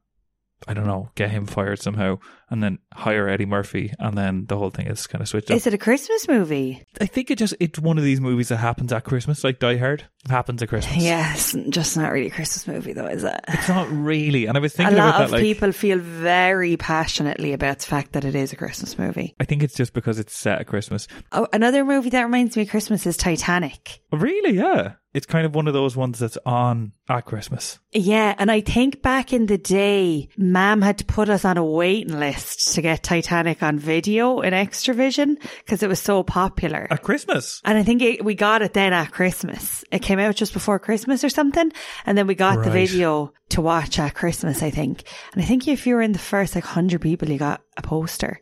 Speaker 1: I don't know, get him fired somehow and then hire Eddie Murphy and then the whole thing is kind of switched up.
Speaker 2: Is it a Christmas movie?
Speaker 1: I think it just it's one of these movies that happens at Christmas, like Die Hard. Happens at Christmas.
Speaker 2: Yes, just not really a Christmas movie though, is it?
Speaker 1: It's not really and I was
Speaker 2: A
Speaker 1: thinking about
Speaker 2: lot
Speaker 1: that
Speaker 2: of
Speaker 1: like
Speaker 2: people feel very passionately about the fact that it is a Christmas movie.
Speaker 1: I think it's just because it's set at Christmas.
Speaker 2: Oh, another movie that reminds me of Christmas is Titanic.
Speaker 1: Really, yeah. It's kind of one of those ones that's on at Christmas.
Speaker 2: Yeah, and I think back in the day, Mam had to put us on a waiting list to get Titanic on video in Extravision because it was so popular.
Speaker 1: At Christmas.
Speaker 2: And I think it, we got it then at Christmas. It came out just before Christmas or something. And then we got the
Speaker 1: Right.
Speaker 2: video to watch at Christmas, I think. And I think if you were in the first like 100 people, you got a poster.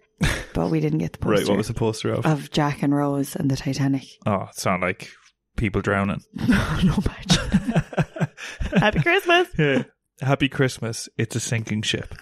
Speaker 2: But we didn't get the poster
Speaker 1: Right, what was the poster of?
Speaker 2: of Jack and Rose and the Titanic.
Speaker 1: Oh, it sound like people drowning.
Speaker 2: Oh, no, imagine. Happy Christmas.
Speaker 1: Yeah. Happy Christmas. It's a sinking ship.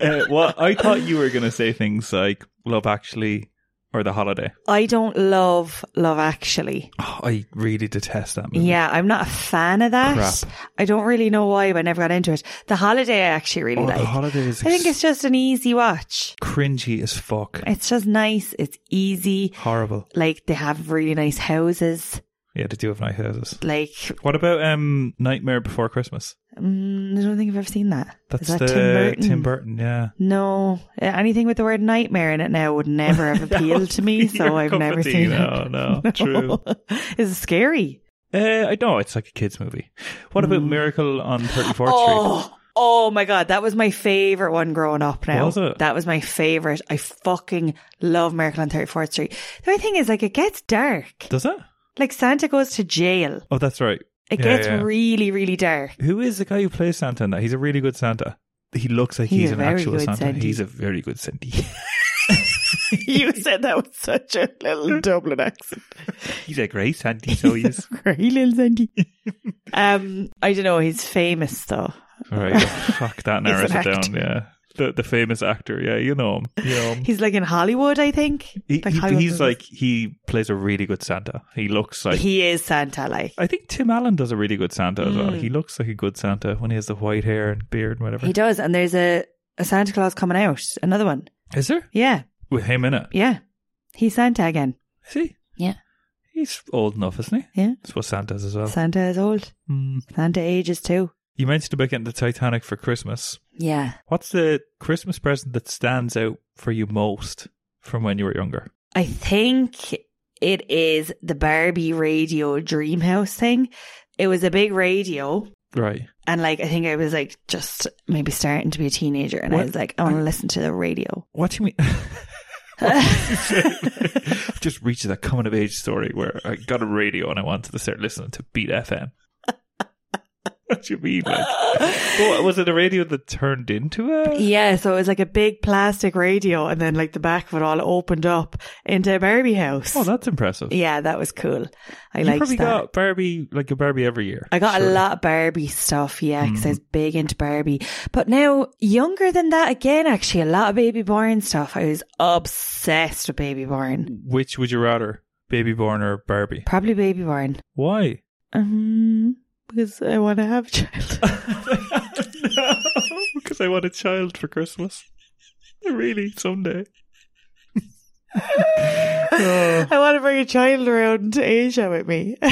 Speaker 1: uh, well, I thought you were going to say things like Love Actually or The Holiday.
Speaker 2: I don't love Love Actually.
Speaker 1: Oh, I really detest that movie.
Speaker 2: Yeah, I'm not a fan of that.
Speaker 1: Crap.
Speaker 2: I don't really know why, but I never got into it. The Holiday I actually really
Speaker 1: Oh,
Speaker 2: like.
Speaker 1: The Holiday is
Speaker 2: I think it's just an easy watch.
Speaker 1: cringy as fuck.
Speaker 2: It's just nice. It's easy.
Speaker 1: Horrible.
Speaker 2: Like they have really nice houses.
Speaker 1: Yeah, they do have nice houses.
Speaker 2: Like
Speaker 1: What about um, Nightmare Before Christmas?
Speaker 2: mm, I don't think I've ever seen that.
Speaker 1: That's
Speaker 2: Is that
Speaker 1: the
Speaker 2: Tim Burton?
Speaker 1: Tim Burton, yeah.
Speaker 2: No, Uh, anything with the word nightmare in it now would never have appealed to me, so
Speaker 1: Your
Speaker 2: I've
Speaker 1: cup of
Speaker 2: never
Speaker 1: tea.
Speaker 2: seen
Speaker 1: No,
Speaker 2: it.
Speaker 1: no, true.
Speaker 2: Is it scary?
Speaker 1: Uh, I know it's like a kids movie. What about Miracle on Thirty Fourth Street?
Speaker 2: Oh, oh my god, that was my favorite one growing up. Now
Speaker 1: Was it?
Speaker 2: that was my favorite. I fucking love Miracle on Thirty Fourth Street. The only thing is, like, it gets dark.
Speaker 1: Does it?
Speaker 2: Like Santa goes to jail.
Speaker 1: Oh, that's right.
Speaker 2: It
Speaker 1: Yeah,
Speaker 2: gets
Speaker 1: yeah.
Speaker 2: really, really dark.
Speaker 1: Who is the guy who plays Santa in that? He's a really good Santa. He looks like he's,
Speaker 2: He's a
Speaker 1: an
Speaker 2: very
Speaker 1: actual
Speaker 2: good
Speaker 1: Santa.
Speaker 2: Sandy.
Speaker 1: He's a very good Sandy.
Speaker 2: you said that with such a little Dublin accent.
Speaker 1: he's a great Sandy, so he is.
Speaker 2: Great little Sandy. um, I don't know. He's famous though.
Speaker 1: Right, fuck that narrows
Speaker 2: an
Speaker 1: it down.
Speaker 2: actor.
Speaker 1: Yeah, the the famous actor. Yeah, you know him. You know him.
Speaker 2: He's like in Hollywood, I think.
Speaker 1: He,
Speaker 2: Like
Speaker 1: he-
Speaker 2: Hollywood
Speaker 1: he's
Speaker 2: movies.
Speaker 1: like he plays a really good Santa. He looks like.
Speaker 2: he is Santa, like.
Speaker 1: I think Tim Allen does a really good Santa as well. He looks like a good Santa when he has the white hair and beard and whatever.
Speaker 2: Mm. He does, and there's a, a Santa Claus coming out. Another one.
Speaker 1: Is there
Speaker 2: Yeah,
Speaker 1: with him in it?
Speaker 2: yeah. He's Santa again.
Speaker 1: Is he?
Speaker 2: Yeah.
Speaker 1: He's old enough, isn't he?
Speaker 2: Yeah.
Speaker 1: That's what Santa's as well.
Speaker 2: Santa is old.
Speaker 1: Hmm.
Speaker 2: Santa ages too.
Speaker 1: You mentioned about getting the Titanic for Christmas.
Speaker 2: Yeah.
Speaker 1: What's the Christmas present that stands out for you most from when you were younger?
Speaker 2: I think it is the Barbie radio Dreamhouse thing. It was a big radio.
Speaker 1: Right.
Speaker 2: And like, I think I was like just maybe starting to be a teenager, and
Speaker 1: What?
Speaker 2: I was like, I want to listen to the radio.
Speaker 1: What do you mean? I've just reached that coming of age story where I got a radio and I wanted to start listening to Beat FM. what do you mean? Like, What, was it a radio that turned into a?
Speaker 2: yeah, so it was like a big plastic radio, and then like the back of it all opened up into a Barbie house.
Speaker 1: Oh, that's impressive.
Speaker 2: yeah, that was cool. I
Speaker 1: you
Speaker 2: liked
Speaker 1: probably
Speaker 2: that.
Speaker 1: got Barbie like a Barbie every year.
Speaker 2: I got
Speaker 1: surely.
Speaker 2: a lot of Barbie stuff, yeah, because I was big into Barbie. But now, younger than that again, actually, a lot of Baby Born stuff. I was obsessed with Baby Born.
Speaker 1: Which would you rather, Baby Born or Barbie?
Speaker 2: Probably Baby Born.
Speaker 1: Why?
Speaker 2: Um, because I want to have a child.
Speaker 1: no, because I want a child for Christmas. really, someday.
Speaker 2: I want to bring a child around to Asia with me.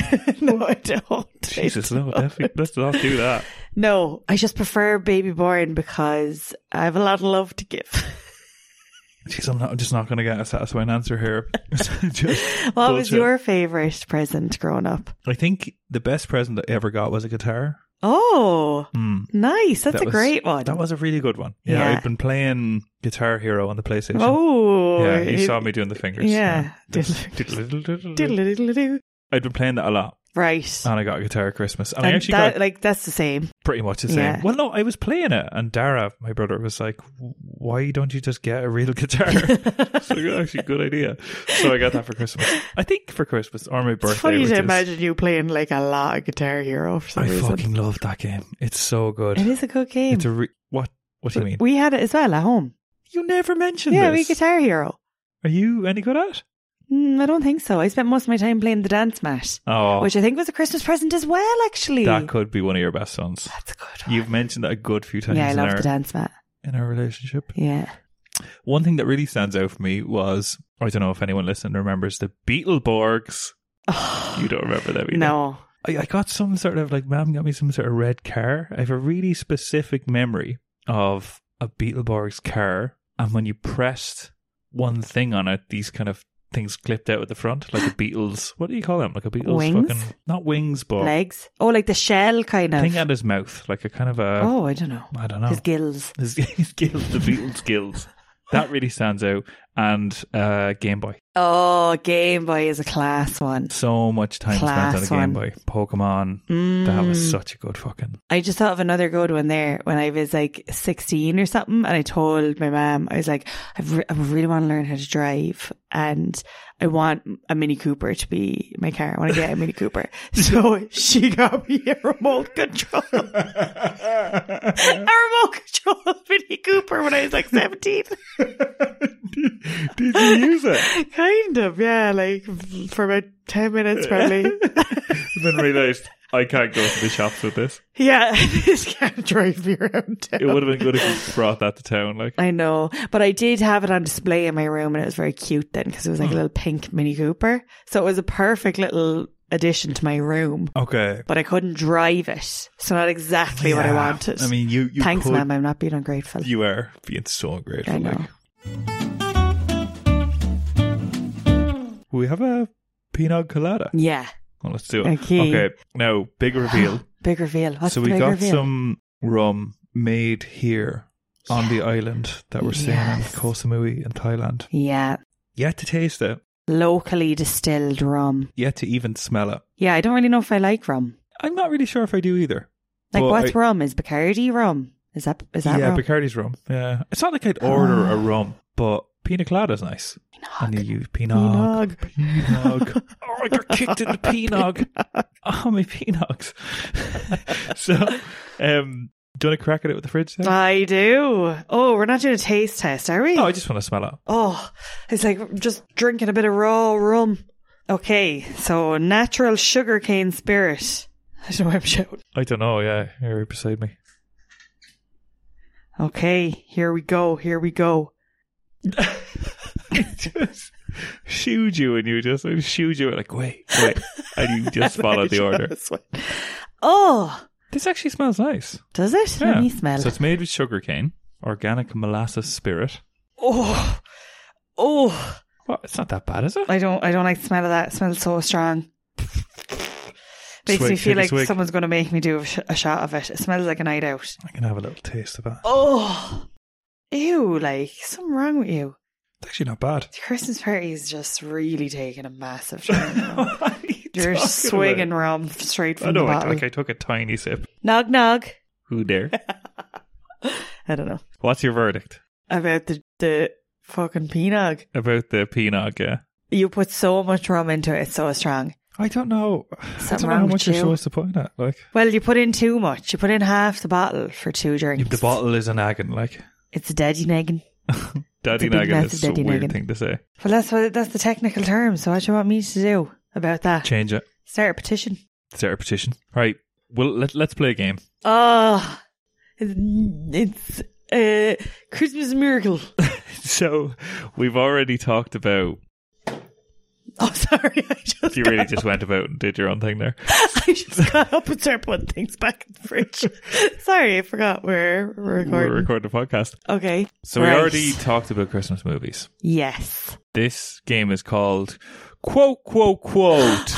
Speaker 2: no, I don't.
Speaker 1: Jesus, no, definitely. Let's not do that.
Speaker 2: No, I just prefer baby born because I have a lot of love to give.
Speaker 1: Jeez, I'm, not, I'm just not going to get a satisfying answer here. Just
Speaker 2: what was
Speaker 1: bullshit.
Speaker 2: your favorite present growing up?
Speaker 1: I think the best present I ever got was a guitar.
Speaker 2: Oh,
Speaker 1: Mm,
Speaker 2: nice. That's
Speaker 1: That
Speaker 2: a
Speaker 1: was-
Speaker 2: great one.
Speaker 1: that was a really good one. Yeah,
Speaker 2: Yeah.
Speaker 1: I've been playing Guitar Hero on the PlayStation.
Speaker 2: Oh,
Speaker 1: yeah, you
Speaker 2: it-
Speaker 1: saw me doing the fingers.
Speaker 2: Yeah.
Speaker 1: I'd
Speaker 2: Diddle-diddle-diddle.
Speaker 1: been playing that a lot,
Speaker 2: Right.
Speaker 1: and I got a guitar at Christmas, and, Um, I
Speaker 2: And
Speaker 1: actually
Speaker 2: that,
Speaker 1: got
Speaker 2: like that's the same.
Speaker 1: pretty much the same.
Speaker 2: Yeah.
Speaker 1: Well, no, I was playing it, and Dara, my brother, was like, "Why don't you just get a real guitar?" It's like, actually, good idea. So I got that for Christmas. I think for Christmas or my birthday.
Speaker 2: It's funny
Speaker 1: which
Speaker 2: to
Speaker 1: is-
Speaker 2: imagine you playing like a lot of Guitar Hero for some
Speaker 1: I
Speaker 2: reason.
Speaker 1: fucking love that game. It's so good.
Speaker 2: It is a good game.
Speaker 1: It's a re- what? What do you mean?
Speaker 2: We had it as well at home.
Speaker 1: you never mentioned
Speaker 2: Yeah, we
Speaker 1: this.
Speaker 2: Guitar Hero.
Speaker 1: Are you any good at? it?
Speaker 2: Mm, I don't think so. I spent most of my time playing the dance mat,
Speaker 1: Oh,
Speaker 2: which I think was a Christmas present as well. Actually,
Speaker 1: that could be one of your best songs.
Speaker 2: that's a good. One.
Speaker 1: You've mentioned that a good few times.
Speaker 2: yeah, I
Speaker 1: in
Speaker 2: love
Speaker 1: our-
Speaker 2: the dance mat.
Speaker 1: in our relationship.
Speaker 2: Yeah.
Speaker 1: One thing that really stands out for me was I don't know if anyone listening remembers the Beetleborgs. You don't remember them either.
Speaker 2: no.
Speaker 1: I, I got some sort of like mom got me some sort of red car. I have a really specific memory of a Beetleborgs car, and when you pressed one thing on it, these kind of things clipped out at the front, like a Beatles. What do you call them? Like a Beatles
Speaker 2: Wings?
Speaker 1: fucking not wings, but
Speaker 2: Legs. Oh, like the shell kind of.
Speaker 1: thing at his mouth, like a kind of a
Speaker 2: oh, I don't know.
Speaker 1: I don't know
Speaker 2: His gills.
Speaker 1: his, his gills, the Beatles gills. That really stands out. And uh, Game Boy.
Speaker 2: Oh, Game Boy is a class one.
Speaker 1: So much time
Speaker 2: Class
Speaker 1: spent on a Game
Speaker 2: one.
Speaker 1: Boy. Pokemon. That
Speaker 2: Mm.
Speaker 1: was such a good fucking.
Speaker 2: I just thought of another good one there when I was like 16 or something. And I told my mom, I was like, I, re- I really want to learn how to drive. And I want a Mini Cooper to be my car. I want to get a Mini Cooper. So she got me a remote control, a remote control Mini Cooper when I was like 17.
Speaker 1: Did you use it?
Speaker 2: kind of. Yeah. Like for about 10 minutes, probably.
Speaker 1: then realised I can't go to the shops with this.
Speaker 2: yeah. this can't drive me around town.
Speaker 1: It would have been good if you brought that to town. Like,
Speaker 2: I know, but I did have it on display in my room, and it was very cute then because it
Speaker 1: Mm.
Speaker 2: was like a little pink Mini Cooper. So it was a perfect little addition to my room,
Speaker 1: okay.
Speaker 2: but I couldn't drive it, so not exactly what I
Speaker 1: Yeah.
Speaker 2: wanted.
Speaker 1: I mean, you. you
Speaker 2: thanks,
Speaker 1: could,
Speaker 2: ma'am. I'm not being ungrateful.
Speaker 1: You are being so
Speaker 2: I
Speaker 1: ungrateful.
Speaker 2: know.
Speaker 1: Like, we have a Pinot Colada.
Speaker 2: Yeah,
Speaker 1: Well, let's do it.
Speaker 2: Okay.
Speaker 1: Okay. Now, big reveal.
Speaker 2: big reveal. What's
Speaker 1: so
Speaker 2: the
Speaker 1: we
Speaker 2: big
Speaker 1: got
Speaker 2: reveal?
Speaker 1: some rum made here on the island that we're seeing in
Speaker 2: Yes.
Speaker 1: Koh Samui in Thailand.
Speaker 2: yeah,
Speaker 1: Yet to taste it,
Speaker 2: locally distilled rum.
Speaker 1: yet to even smell it.
Speaker 2: Yeah, I don't really know if I like rum.
Speaker 1: I'm not really sure if I do either.
Speaker 2: Like,
Speaker 1: But
Speaker 2: what's
Speaker 1: I-
Speaker 2: rum? Is Bacardi rum? Is that is that
Speaker 1: yeah,
Speaker 2: rum?
Speaker 1: Bacardi's rum. Yeah, it's not like I'd
Speaker 2: Ah.
Speaker 1: order a rum, but pina colada's nice. And you use pinog.
Speaker 2: Nog.
Speaker 1: Pinog. oh, I got kicked in the pinog. Oh, my pinogs. so, um, do you want to crack it out with the fridge? There?
Speaker 2: I do. Oh, we're not doing a taste test, are we?
Speaker 1: no, I just want to smell it.
Speaker 2: Oh, it's like just drinking a bit of raw rum. Okay, so natural sugarcane spirit. I don't know why I'm shouting.
Speaker 1: I don't know. Yeah, you're right beside me.
Speaker 2: Okay, here we go. Here we go.
Speaker 1: just shooed you and you just I shooed you like wait wait and you just followed the order
Speaker 2: Oh,
Speaker 1: this actually smells nice
Speaker 2: does it? Let me smell.
Speaker 1: so it's made with sugarcane organic molasses spirit
Speaker 2: oh, oh.
Speaker 1: well it's not that bad is it
Speaker 2: I don't. I don't like the smell of that. It smells so strong. Makes
Speaker 1: Swig,
Speaker 2: me
Speaker 1: take
Speaker 2: feel
Speaker 1: a
Speaker 2: like
Speaker 1: swig.
Speaker 2: someone's going to make me do a, sh- a shot of it. It smells like a night out.
Speaker 1: I can have a little taste of that
Speaker 2: Oh, ew! Like something wrong with you.
Speaker 1: it's actually not bad
Speaker 2: The Christmas party is just really taking a massive turn. now.
Speaker 1: What are you
Speaker 2: You're
Speaker 1: talking
Speaker 2: swinging
Speaker 1: about?
Speaker 2: around straight
Speaker 1: I
Speaker 2: from the
Speaker 1: know I,
Speaker 2: bottle.
Speaker 1: like, I took a tiny sip
Speaker 2: Nog nog.
Speaker 1: who dare
Speaker 2: I don't know
Speaker 1: what's your verdict
Speaker 2: about the the fucking peanut.
Speaker 1: about the peanut yeah
Speaker 2: You put so much rum into it; it's so strong.
Speaker 1: I don't know I
Speaker 2: Something
Speaker 1: don't know
Speaker 2: wrong
Speaker 1: how
Speaker 2: with
Speaker 1: much you're
Speaker 2: you.
Speaker 1: supposed to point at like
Speaker 2: Well, you put in too much. You put in half the bottle for two drinks.
Speaker 1: if the bottle is an agon like
Speaker 2: It's a daddy nagging.
Speaker 1: daddy
Speaker 2: It's a big
Speaker 1: nagging
Speaker 2: massive
Speaker 1: is a
Speaker 2: daddy
Speaker 1: weird
Speaker 2: nagging.
Speaker 1: thing to say
Speaker 2: Well, that's what that's the technical term. So, what do you want me to do about that?
Speaker 1: change it
Speaker 2: Start a petition.
Speaker 1: Start a petition. Right. Well, let, let's play a game.
Speaker 2: Oh, it's, it's a Christmas miracle.
Speaker 1: So we've already talked about.
Speaker 2: Oh, sorry. I just,
Speaker 1: You really just went about and did your own thing there.
Speaker 2: I just got up and started putting things back in the fridge. sorry, I forgot we're, we're recording.
Speaker 1: We're recording a podcast.
Speaker 2: okay.
Speaker 1: So
Speaker 2: Right.
Speaker 1: we already talked about Christmas movies.
Speaker 2: Yes.
Speaker 1: This game is called quote quote quote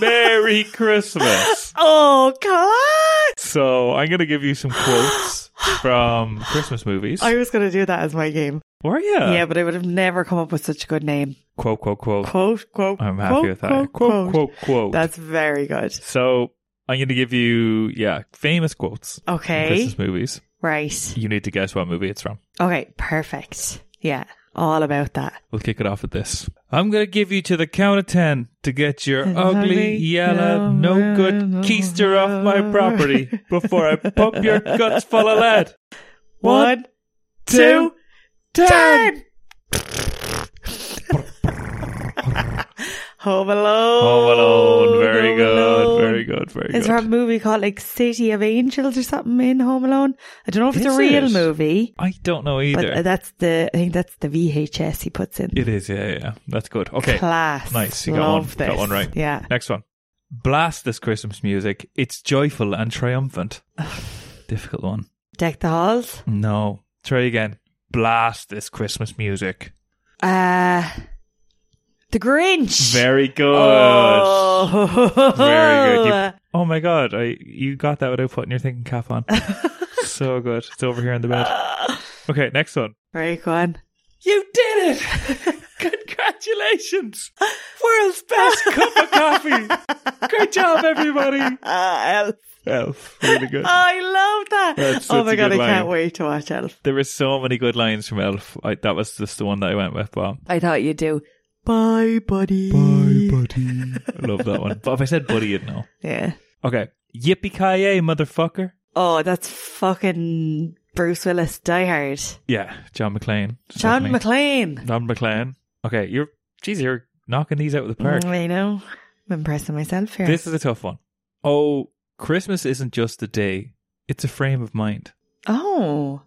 Speaker 1: Merry Christmas.
Speaker 2: Oh, God.
Speaker 1: So I'm gonna give you some quotes from Christmas movies.
Speaker 2: I was going to do that as my game.
Speaker 1: Were you?
Speaker 2: Yeah, but I would have never come up with such a good name.
Speaker 1: Quote quote quote.
Speaker 2: Quote, quote.
Speaker 1: I'm happy
Speaker 2: quote,
Speaker 1: with that.
Speaker 2: Quote, quote, quote.
Speaker 1: quote quote.
Speaker 2: That's very good.
Speaker 1: So I'm gonna give you yeah famous quotes. from
Speaker 2: Okay.
Speaker 1: Christmas movies.
Speaker 2: Right.
Speaker 1: You need to guess what movie it's from.
Speaker 2: Okay. Perfect. Yeah. All about that.
Speaker 1: We'll kick it off with this. I'm going to give you to the count of 10 to get your ugly, yellow, no good keister off my property before I pump your guts full of lead.
Speaker 2: One,
Speaker 1: two,
Speaker 2: two, ten. Home Alone.
Speaker 1: Home Alone. Very
Speaker 2: Home
Speaker 1: good.
Speaker 2: Alone.
Speaker 1: Very good. Very
Speaker 2: Is
Speaker 1: good.
Speaker 2: there a movie called like City of Angels or something in Home Alone? I don't know if it's
Speaker 1: Is
Speaker 2: a real
Speaker 1: it?
Speaker 2: movie,
Speaker 1: I don't know
Speaker 2: but
Speaker 1: either.
Speaker 2: uh, that's the I think that's the VHS he puts in.
Speaker 1: it is. Yeah, yeah, yeah. That's good. Okay.
Speaker 2: Class.
Speaker 1: Nice. You got
Speaker 2: Love
Speaker 1: one.
Speaker 2: This.
Speaker 1: Got one right.
Speaker 2: Yeah.
Speaker 1: Next one. Blast this Christmas music. It's joyful and triumphant. Difficult one.
Speaker 2: Deck the halls.
Speaker 1: No. Try again. Blast this Christmas music.
Speaker 2: Uh, the Grinch.
Speaker 1: Very good.
Speaker 2: Oh.
Speaker 1: Very good. You- oh my god, I you got that without putting your thinking cap on. so good. It's over here in the bed. Okay, next one.
Speaker 2: Very good.
Speaker 1: You did it! Congratulations! World's best cup of coffee. Great job, everybody.
Speaker 2: Ah, Elf.
Speaker 1: Elf, really good.
Speaker 2: I love that.
Speaker 1: That's
Speaker 2: oh
Speaker 1: such
Speaker 2: my
Speaker 1: a
Speaker 2: god, I
Speaker 1: good line.
Speaker 2: can't wait to watch Elf.
Speaker 1: There were so many good lines from Elf. I, that was just the one that I went with, but
Speaker 2: I thought you do. Bye, buddy.
Speaker 1: buddy. I love that one. But if I said buddy, you'd know.
Speaker 2: Yeah.
Speaker 1: Okay. Yippee ki yay, motherfucker.
Speaker 2: Oh, that's fucking Bruce Willis, Die Hard,
Speaker 1: Yeah, John McClane.
Speaker 2: John
Speaker 1: Certainly.
Speaker 2: McClane.
Speaker 1: Don McLean. Okay, you're geez, you're knocking these out of the park.
Speaker 2: Mm, I know. I'm impressing myself here.
Speaker 1: This is a tough one. Oh, Christmas isn't just a day; it's a frame of mind.
Speaker 2: oh,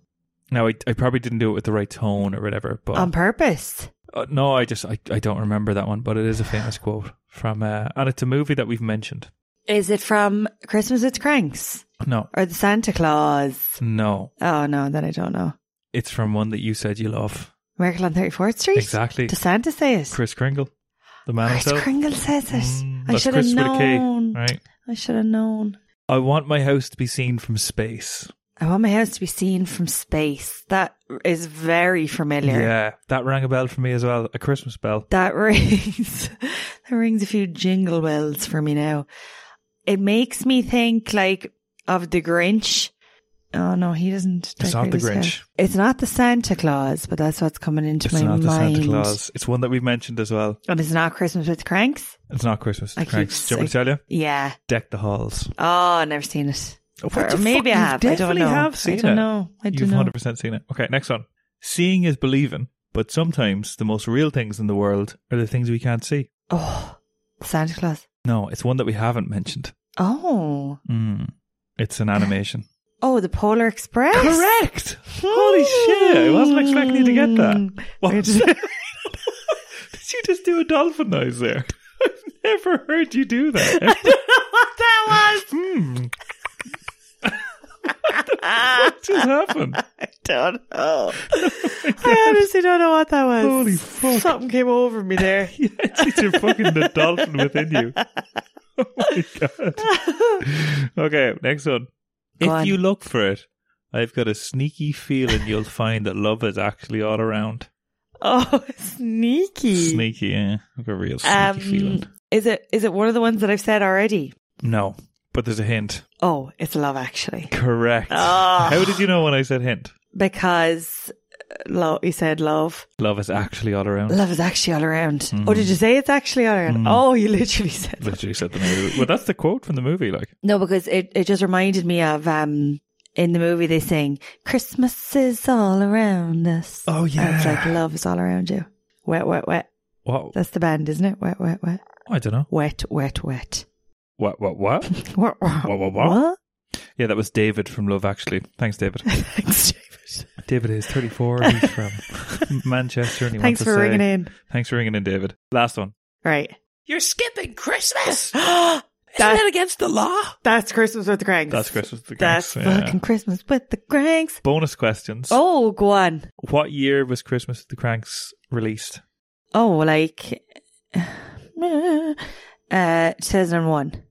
Speaker 1: Now, I, I probably didn't do it with the right tone or whatever, but
Speaker 2: on purpose.
Speaker 1: uh, no, I just I, I don't remember that one. But it is a famous quote from, uh, and it's a movie that we've mentioned.
Speaker 2: Is it from Christmas with Cranks
Speaker 1: No,
Speaker 2: or the Santa Claus?
Speaker 1: no,
Speaker 2: Oh no, then I don't know.
Speaker 1: it's from one that you said you love.
Speaker 2: Miracle on 34th Street?
Speaker 1: Exactly,
Speaker 2: Does Santa say it?
Speaker 1: Chris Kringle, the man
Speaker 2: Chris
Speaker 1: himself.
Speaker 2: Kringle says it.
Speaker 1: Mm,
Speaker 2: I
Speaker 1: that's
Speaker 2: should have
Speaker 1: Chris with a K,
Speaker 2: known.
Speaker 1: right?
Speaker 2: I should have known.
Speaker 1: I want my house to be seen from space.
Speaker 2: I want my house to be seen from space. That is very familiar.
Speaker 1: Yeah, that rang a bell for me as well. A Christmas bell.
Speaker 2: That rings that rings a few jingle bells for me now. It makes me think like of the Grinch. Oh no, he doesn't.
Speaker 1: It's not
Speaker 2: decorate
Speaker 1: the
Speaker 2: his
Speaker 1: Grinch.
Speaker 2: house. It's not the Santa Claus, but that's what's coming into
Speaker 1: It's
Speaker 2: my
Speaker 1: not
Speaker 2: mind.
Speaker 1: the Santa Claus. It's one that we've mentioned as well.
Speaker 2: And it's not Christmas with Cranks.
Speaker 1: It's not Christmas.
Speaker 2: I
Speaker 1: It's Cranks.
Speaker 2: keep
Speaker 1: Do you want me to tell you?
Speaker 2: Yeah.
Speaker 1: Deck the halls.
Speaker 2: Oh, I've never seen it.
Speaker 1: What the
Speaker 2: or maybe
Speaker 1: fuck?
Speaker 2: I
Speaker 1: You've
Speaker 2: have. I don't
Speaker 1: definitely
Speaker 2: know.
Speaker 1: have seen
Speaker 2: I don't
Speaker 1: it.
Speaker 2: know. I don't
Speaker 1: You've
Speaker 2: know.
Speaker 1: 100% seen it. Okay, next one. Seeing is believing, but sometimes the most real things in the world are the things we can't see.
Speaker 2: Oh, Santa Claus.
Speaker 1: No, it's one that we haven't mentioned.
Speaker 2: Oh.
Speaker 1: Mm. It's an animation.
Speaker 2: Oh, the Polar Express. Hmm.
Speaker 1: Correct! Holy shit! I wasn't expecting you to get
Speaker 2: Mm.
Speaker 1: that. What?
Speaker 2: Wait.
Speaker 1: Did you just do a dolphin noise there? I've never heard you do that.
Speaker 2: what that was?
Speaker 1: Hmm. what just happened?
Speaker 2: Ah, I don't know. I honestly don't know what that was.
Speaker 1: Holy fuck.
Speaker 2: Something came over me there.
Speaker 1: Yeah, it's, it's your fucking the dolphin within you. Oh my god. Okay, next one.
Speaker 2: Go
Speaker 1: if
Speaker 2: on.
Speaker 1: you look for it, I've got a sneaky feeling you'll find that love is actually all around.
Speaker 2: oh, sneaky.
Speaker 1: Sneaky, yeah. I've got a real sneaky
Speaker 2: Hmm. Um,
Speaker 1: feeling.
Speaker 2: is it is it one of the ones that I've said already?
Speaker 1: No, but there's a hint.
Speaker 2: Oh, it's Love Actually.
Speaker 1: Correct.
Speaker 2: Ah.
Speaker 1: How did you know when I said hint?
Speaker 2: Because love, you said love.
Speaker 1: Love is actually all around.
Speaker 2: Love is actually all around.
Speaker 1: Mm.
Speaker 2: Oh, did you say it's actually all around? Oh, you literally said that.
Speaker 1: Literally said the movie. Well, that's the quote from the movie, like.
Speaker 2: No, because it, it just reminded me of um in the movie they sing Christmas is all around us.
Speaker 1: Oh,
Speaker 2: And it's
Speaker 1: yeah.
Speaker 2: like love is all around you. Wet, wet, wet.
Speaker 1: What?
Speaker 2: That's the band, isn't it? Wet, wet, wet.
Speaker 1: I don't know.
Speaker 2: Wet, wet, wet.
Speaker 1: What, what, what?
Speaker 2: What?
Speaker 1: What, what, what?
Speaker 2: What?
Speaker 1: Yeah, that was David from Love Actually. Thanks, David.
Speaker 2: Thanks, David.
Speaker 1: David is 34. He's from Manchester. And he
Speaker 2: Thanks
Speaker 1: wants to
Speaker 2: for
Speaker 1: say,
Speaker 2: ringing in.
Speaker 1: Thanks for ringing in, David. Last one.
Speaker 2: Right.
Speaker 3: You're skipping Christmas. Isn't
Speaker 2: That-
Speaker 3: that against the law?
Speaker 2: That's Christmas with the Cranks.
Speaker 1: That's Christmas. with The
Speaker 2: That's
Speaker 1: Cranks, yeah.
Speaker 2: fucking Christmas with the Cranks.
Speaker 1: Bonus questions.
Speaker 2: Oh, go on.
Speaker 1: What year was Christmas with the Cranks released?
Speaker 2: Oh, like uh, 2001.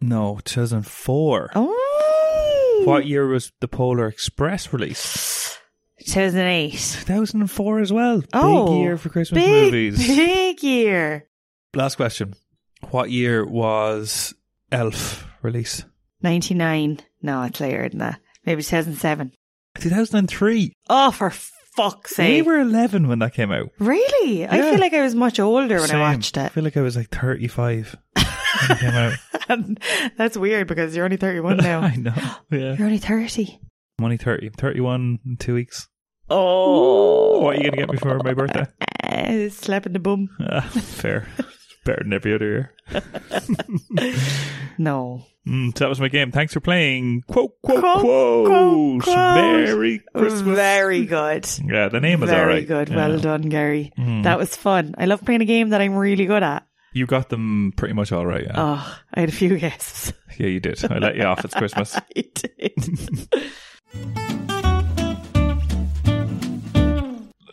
Speaker 1: No, 2004.
Speaker 2: Oh,
Speaker 1: What year was the Polar Express released?
Speaker 2: 2008.
Speaker 1: 2004 as well.
Speaker 2: Oh,
Speaker 1: big year for Christmas
Speaker 2: Big,
Speaker 1: movies.
Speaker 2: big year.
Speaker 1: Last question. What year was Elf released?
Speaker 2: 99. No, it's later than that. Maybe 2007.
Speaker 1: 2003.
Speaker 2: Oh, for fuck's
Speaker 1: We
Speaker 2: sake.
Speaker 1: were 11 when that came out.
Speaker 2: really? I
Speaker 1: Yeah.
Speaker 2: feel like I was much older when
Speaker 1: Same.
Speaker 2: I watched
Speaker 1: I
Speaker 2: it.
Speaker 1: feel like I was like 35 when it came out.
Speaker 2: That's weird because you're only 31 now.
Speaker 1: I know. Yeah.
Speaker 2: you're only 30.
Speaker 1: Money 30. 31 in two weeks.
Speaker 2: Oh.
Speaker 1: What are you going to get me for my birthday?
Speaker 2: Uh, slap in the bum.
Speaker 1: Ah, fair. Better than every other year.
Speaker 2: No.
Speaker 1: Mm, so that was my game. Thanks for playing. Quote, quote,
Speaker 2: Quote,
Speaker 1: quote.
Speaker 2: quote, quote.
Speaker 1: Merry Christmas.
Speaker 2: Very good.
Speaker 1: yeah, the name is all
Speaker 2: Very
Speaker 1: right.
Speaker 2: good.
Speaker 1: Yeah. Hmm.
Speaker 2: Well done, Gary. That was fun. I love playing a game that I'm really good at.
Speaker 1: You got them pretty much all right. Yeah.
Speaker 2: Oh, I had a few guesses.
Speaker 1: yeah, you did. I let you off. It's Christmas.
Speaker 2: I did.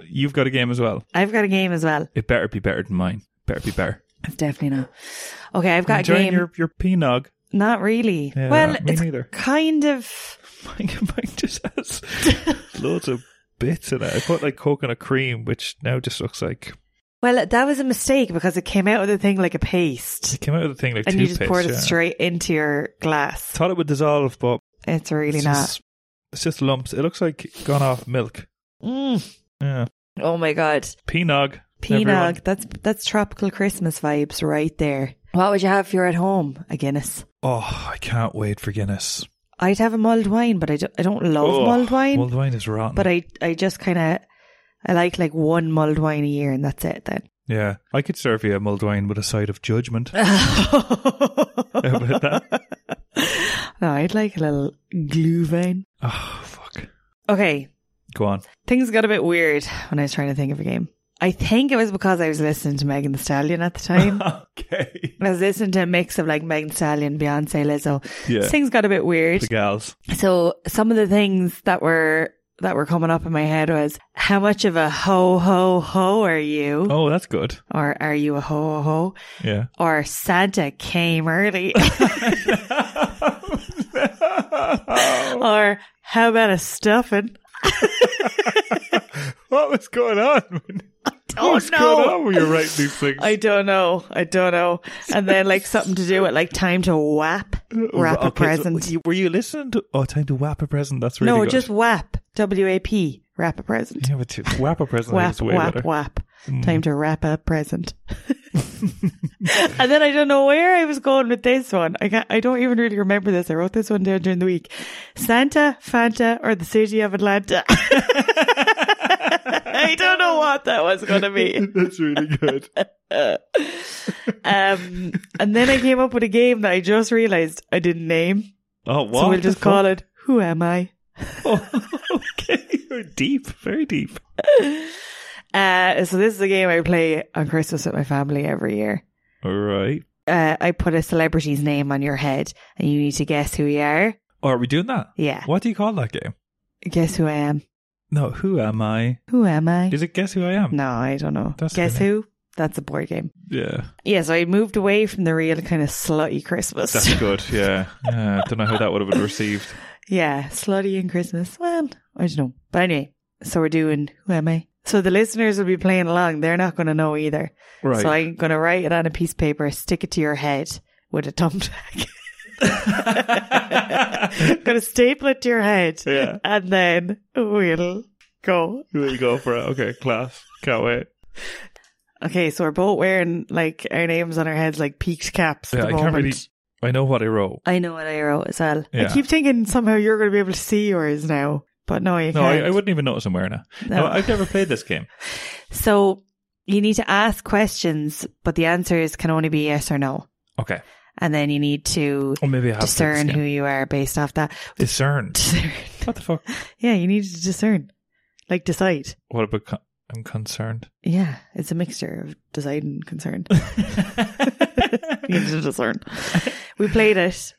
Speaker 1: You've got a game as well.
Speaker 2: I've got a game as well.
Speaker 1: It better be better than mine. Better be better.
Speaker 2: I've definitely not. Okay, I've got a
Speaker 1: Enjoying
Speaker 2: game.
Speaker 1: your your peanog.
Speaker 2: Not really.
Speaker 1: Yeah,
Speaker 2: well,
Speaker 1: me
Speaker 2: it's
Speaker 1: neither.
Speaker 2: kind of.
Speaker 1: Mike, Mike just has loads of bits in it. I put like coconut cream, which now just looks like
Speaker 2: Well, that was a mistake because it came out of the thing like a paste,
Speaker 1: it came out of the thing like
Speaker 2: and you
Speaker 1: toothpaste.
Speaker 2: just poured it
Speaker 1: yeah.
Speaker 2: straight into your glass.
Speaker 1: Thought it would dissolve, but
Speaker 2: It's really
Speaker 1: it's
Speaker 2: not.
Speaker 1: just, it's just lumps. It looks like gone off milk.
Speaker 2: Mm.
Speaker 1: Yeah,
Speaker 2: Oh my god.
Speaker 1: peanog. everyone.
Speaker 2: Peanut. That's that's tropical Christmas vibes right there. What would you have if you're at home? A Guinness.
Speaker 1: Oh, I can't wait for Guinness.
Speaker 2: I'd have a mulled wine, but I don't, I don't love
Speaker 1: Oh,
Speaker 2: mulled wine.
Speaker 1: Mulled wine is rotten.
Speaker 2: but I I just kind of I like like one mulled wine a year, and that's it then.
Speaker 1: yeah, I could serve you a mulled wine with a side of judgment. How
Speaker 2: no,
Speaker 1: about that?
Speaker 2: I'd like a little glue vine.
Speaker 1: Oh fuck.
Speaker 2: Okay,
Speaker 1: Go on.
Speaker 2: things got a bit weird when I was trying to think of a game. I think it was because I was listening to Megan the Stallion at the time.
Speaker 1: okay.
Speaker 2: I was listening to a mix of like Megan Thee Stallion, Beyonce, Lizzo.
Speaker 1: Yeah.
Speaker 2: Things got a bit weird.
Speaker 1: The gals.
Speaker 2: So some of the things that were that were coming up in my head was how much of a ho ho ho are you?
Speaker 1: Oh, that's good.
Speaker 2: Or are you a ho ho ho?
Speaker 1: Yeah.
Speaker 2: Or Santa came early. or how about a stuffing?
Speaker 1: what was going on?
Speaker 2: Oh
Speaker 1: What's going
Speaker 2: no.
Speaker 1: on when you're writing these things?
Speaker 2: I don't know. I don't know. And then like something to do with like time to whap wrap a
Speaker 1: Okay, so
Speaker 2: present.
Speaker 1: you- were you listening to? Oh, time to whap a present. That's really
Speaker 2: no,
Speaker 1: good.
Speaker 2: just whap. W A P. Wrap a present.
Speaker 1: yeah, but to whap a present
Speaker 2: Whap,
Speaker 1: is way
Speaker 2: whap,
Speaker 1: better. Mm.
Speaker 2: whap. Time to wrap up present. and then I don't know where I was going with this one. I can't, I don't even really remember this. I wrote this one down during the week. Santa, Fanta, or the city of Atlanta. I don't know what that was going to be.
Speaker 1: That's really good.
Speaker 2: Um, and then I came up with a game that I just realized I didn't name.
Speaker 1: Oh, what?
Speaker 2: so we'll just call it Who Am I?
Speaker 1: okay, you're deep, very deep.
Speaker 2: Uh, so this is a game I play on Christmas with my family every year.
Speaker 1: All right.
Speaker 2: uh, I put a celebrity's name on your head and you need to guess who you are.
Speaker 1: Oh, are we doing that?
Speaker 2: Yeah.
Speaker 1: What do you call that game?
Speaker 2: Guess who I am.
Speaker 1: No, who am I?
Speaker 2: Who am I?
Speaker 1: Is it guess who I am?
Speaker 2: No, I don't know.
Speaker 1: That's
Speaker 2: guess
Speaker 1: the
Speaker 2: who? That's a board game.
Speaker 1: Yeah,
Speaker 2: Yeah, so I moved away from the real kind of slutty Christmas.
Speaker 1: that's good. Yeah, yeah. I don't know how that would have been received.
Speaker 2: yeah, slutty and Christmas. Well, I don't know. But anyway, so we're doing Who Am I? So the listeners will be playing along. They're not going to know either.
Speaker 1: Right.
Speaker 2: So I'm going to write it on a piece of paper, stick it to your head with a thumbtack. I'm going to staple it to your head.
Speaker 1: Yeah.
Speaker 2: And then we'll go.
Speaker 1: There you go for it. Okay, class. Can't wait.
Speaker 2: Okay, so we're both wearing like our names on our heads like peaked caps. At
Speaker 1: Yeah,
Speaker 2: the
Speaker 1: I
Speaker 2: moment.
Speaker 1: can't really. I know what I wrote.
Speaker 2: I know what I wrote as well.
Speaker 1: Yeah.
Speaker 2: I keep thinking somehow you're going to be able to see yours now, but no, you
Speaker 1: No, I,
Speaker 2: can't.
Speaker 1: I wouldn't even notice I'm wearing it. No.
Speaker 2: No.
Speaker 1: I've never played this game.
Speaker 2: So you need to ask questions, but the answers can only be yes or no.
Speaker 1: Okay.
Speaker 2: and then you need to
Speaker 1: Or maybe I have
Speaker 2: discern
Speaker 1: thick
Speaker 2: who
Speaker 1: skin.
Speaker 2: you are based off that.
Speaker 1: discern.
Speaker 2: Discern.
Speaker 1: What the fuck?
Speaker 2: yeah, you need to discern, like decide.
Speaker 1: What about? Con- I'm concerned.
Speaker 2: Yeah, it's a mixture of decide and concern. you need to discern. We played it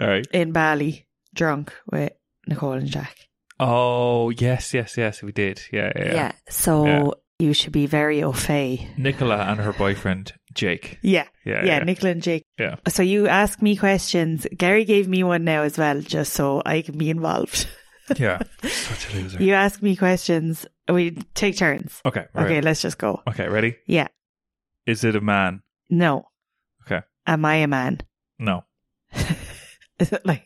Speaker 1: All right.
Speaker 2: in Bali, drunk with Nicole and Jack.
Speaker 1: Oh yes, yes, yes. We did. Yeah, yeah. yeah.
Speaker 2: So
Speaker 1: Yeah.
Speaker 2: you should be very au fait.
Speaker 1: Nicola and her boyfriend Jake.
Speaker 2: Yeah,
Speaker 1: Yeah,
Speaker 2: yeah,
Speaker 1: yeah.
Speaker 2: Nicola and Jake.
Speaker 1: Yeah.
Speaker 2: So you ask me questions. Gary gave me one now as well, just so I can be involved.
Speaker 1: yeah. Such a loser.
Speaker 2: You ask me questions. We take turns.
Speaker 1: Okay. Right.
Speaker 2: Okay,
Speaker 1: Okay.
Speaker 2: let's just go.
Speaker 1: Ready?
Speaker 2: Yeah.
Speaker 1: Is it a man?
Speaker 2: No.
Speaker 1: Okay.
Speaker 2: Am I a man?
Speaker 1: No.
Speaker 2: Is it like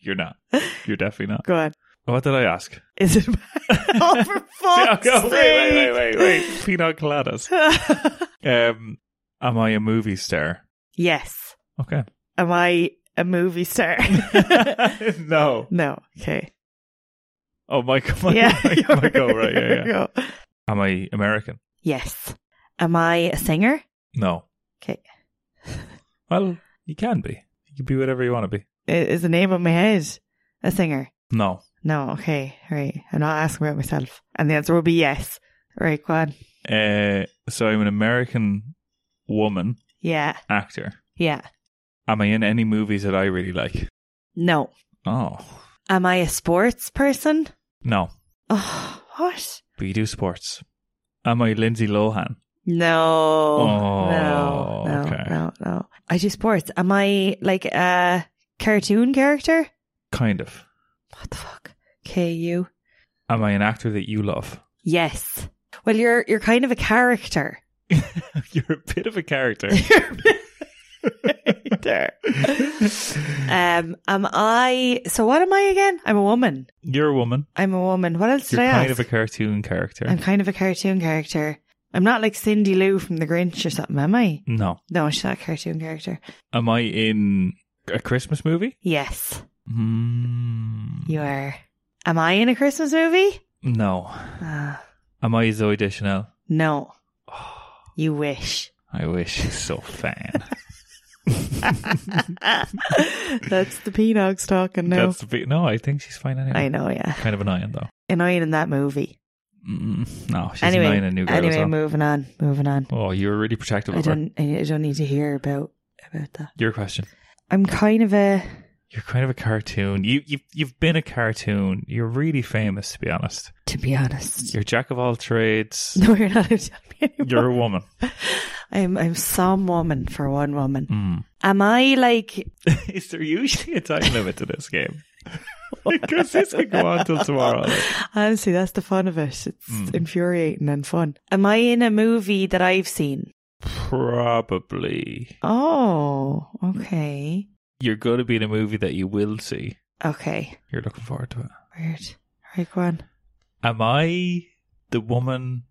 Speaker 1: You're not. You're definitely not.
Speaker 2: go on?
Speaker 1: What did I ask?
Speaker 2: Is it a man? oh, for fuck's
Speaker 1: Okay, wait, wait,
Speaker 2: sake!
Speaker 1: wait, wait, wait. Pina coladas. Um, am I a movie star?
Speaker 2: yes.
Speaker 1: Okay.
Speaker 2: Am I a movie star?
Speaker 1: no.
Speaker 2: no. Okay.
Speaker 1: Oh, Michael. Michael,
Speaker 2: yeah.
Speaker 1: Michael, Michael, right?
Speaker 2: Here
Speaker 1: Yeah,
Speaker 2: we
Speaker 1: yeah.
Speaker 2: go.
Speaker 1: Am I American?
Speaker 2: Yes. Am I a singer?
Speaker 1: No.
Speaker 2: Okay.
Speaker 1: Well, you can be. You can be whatever you want to be.
Speaker 2: I- Is the name of my head a singer?
Speaker 1: No.
Speaker 2: No, okay, right. I'm not asking about myself. And the answer will be yes. Right, go on.
Speaker 1: Uh, so I'm an American woman
Speaker 2: Yeah,
Speaker 1: actor.
Speaker 2: yeah.
Speaker 1: Am I in any movies that I really like?
Speaker 2: No.
Speaker 1: Oh,
Speaker 2: Am I a sports person?
Speaker 1: no.
Speaker 2: Oh, what?
Speaker 1: But you do sports. Am I Lindsay Lohan?
Speaker 2: No.
Speaker 1: Oh,
Speaker 2: no, no,
Speaker 1: okay.
Speaker 2: no, no. I do sports. Am I like a cartoon character?
Speaker 1: Kind of.
Speaker 2: What the fuck? KU.
Speaker 1: Am I an actor that you love?
Speaker 2: Yes. Well, you're you're kind of a character.
Speaker 1: You're a bit of a character.
Speaker 2: Um, am I? So what am I again? I'm a woman.
Speaker 1: You're a woman.
Speaker 2: I'm a woman. What else did
Speaker 1: You're
Speaker 2: I
Speaker 1: kind
Speaker 2: ask?
Speaker 1: of a cartoon character.
Speaker 2: I'm kind of a cartoon character. I'm not like Cindy Lou from The Grinch or something, am I?
Speaker 1: no.
Speaker 2: No, she's not a cartoon character.
Speaker 1: Am I in a Christmas movie?
Speaker 2: Yes,
Speaker 1: Mm,
Speaker 2: you are. Am I in a Christmas movie?
Speaker 1: No.
Speaker 2: Uh,
Speaker 1: Am I Zoe Deschanel?
Speaker 2: no. You wish.
Speaker 1: I wish. She's so fan.
Speaker 2: That's the Peanuts talking now.
Speaker 1: That's the big, no. I think she's fine anyway.
Speaker 2: I know, yeah.
Speaker 1: Kind of annoying though.
Speaker 2: Annoying in that movie.
Speaker 1: Mm, no, she's
Speaker 2: anyway,
Speaker 1: annoying in New Girl as
Speaker 2: anyway,
Speaker 1: well.
Speaker 2: moving on, moving on.
Speaker 1: Oh, you were really protective
Speaker 2: I
Speaker 1: of her.
Speaker 2: don't, I don't need to hear about about that.
Speaker 1: Your question.
Speaker 2: I'm kind of a
Speaker 1: You're kind of a cartoon. You you you've been a cartoon. You're really famous, to be honest.
Speaker 2: To be honest.
Speaker 1: You're jack of all trades.
Speaker 2: No, you're not a champion.
Speaker 1: You're a woman.
Speaker 2: I'm I'm some woman for one woman.
Speaker 1: Mm.
Speaker 2: Am I like
Speaker 1: Is there usually a time limit to this game? because this could go on till tomorrow.
Speaker 2: honestly? That's the fun of it. It's
Speaker 1: Mm.
Speaker 2: infuriating and fun. Am I in a movie that I've seen?
Speaker 1: Probably.
Speaker 2: Oh, okay,
Speaker 1: You're going to be in a movie that you will see.
Speaker 2: okay.
Speaker 1: You're looking forward to it.
Speaker 2: Weird. Right, go on.
Speaker 1: Am I the woman?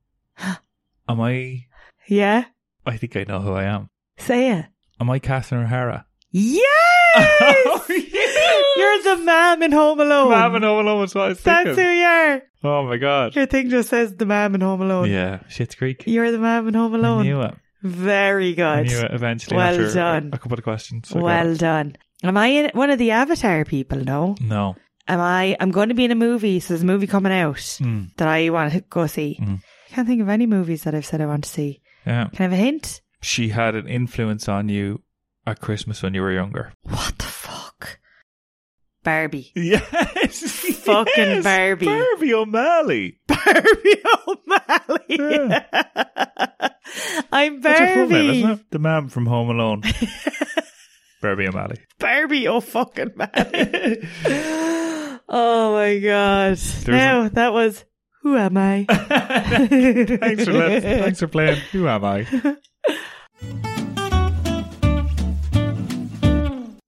Speaker 1: Am I?
Speaker 2: Yeah,
Speaker 1: I think I know who I am.
Speaker 2: say it.
Speaker 1: Am I Catherine O'Hara? Oh,
Speaker 2: Yes, you're the mom in Home Alone.
Speaker 1: Mom and Home Alone was what I was
Speaker 2: That's who
Speaker 1: thinking.
Speaker 2: you are.
Speaker 1: Oh my god.
Speaker 2: Your thing just says the mom in Home Alone.
Speaker 1: Yeah, Shit's Creek.
Speaker 2: You're the mom in Home
Speaker 1: I
Speaker 2: Alone.
Speaker 1: knew it.
Speaker 2: Very
Speaker 1: I
Speaker 2: good.
Speaker 1: knew it eventually.
Speaker 2: Well
Speaker 1: after
Speaker 2: done.
Speaker 1: A couple of questions. I got
Speaker 2: Well
Speaker 1: it.
Speaker 2: done. Am I in one of the Avatar people? No.
Speaker 1: No.
Speaker 2: Am I? I'm going to be in a movie. So there's a movie coming out
Speaker 1: Mm.
Speaker 2: that I want to go see.
Speaker 1: Mm.
Speaker 2: Can't think of any movies that I've said I want to see.
Speaker 1: Yeah.
Speaker 2: Can I have a hint?
Speaker 1: She had an influence on you at Christmas when you were younger.
Speaker 2: What the fuck? Barbie.
Speaker 1: Yes.
Speaker 2: Fucking Yes. Barbie.
Speaker 1: Barbie O'Malley.
Speaker 2: Barbie O'Malley. I'm
Speaker 1: That's her full name,
Speaker 2: Barbie.
Speaker 1: isn't it? The man from Home Alone. Barbie O'Malley.
Speaker 2: Barbie oh fucking O'Malley. oh my god. Now that was who am I?
Speaker 1: Thanks for listening. Thanks for playing. Who am I?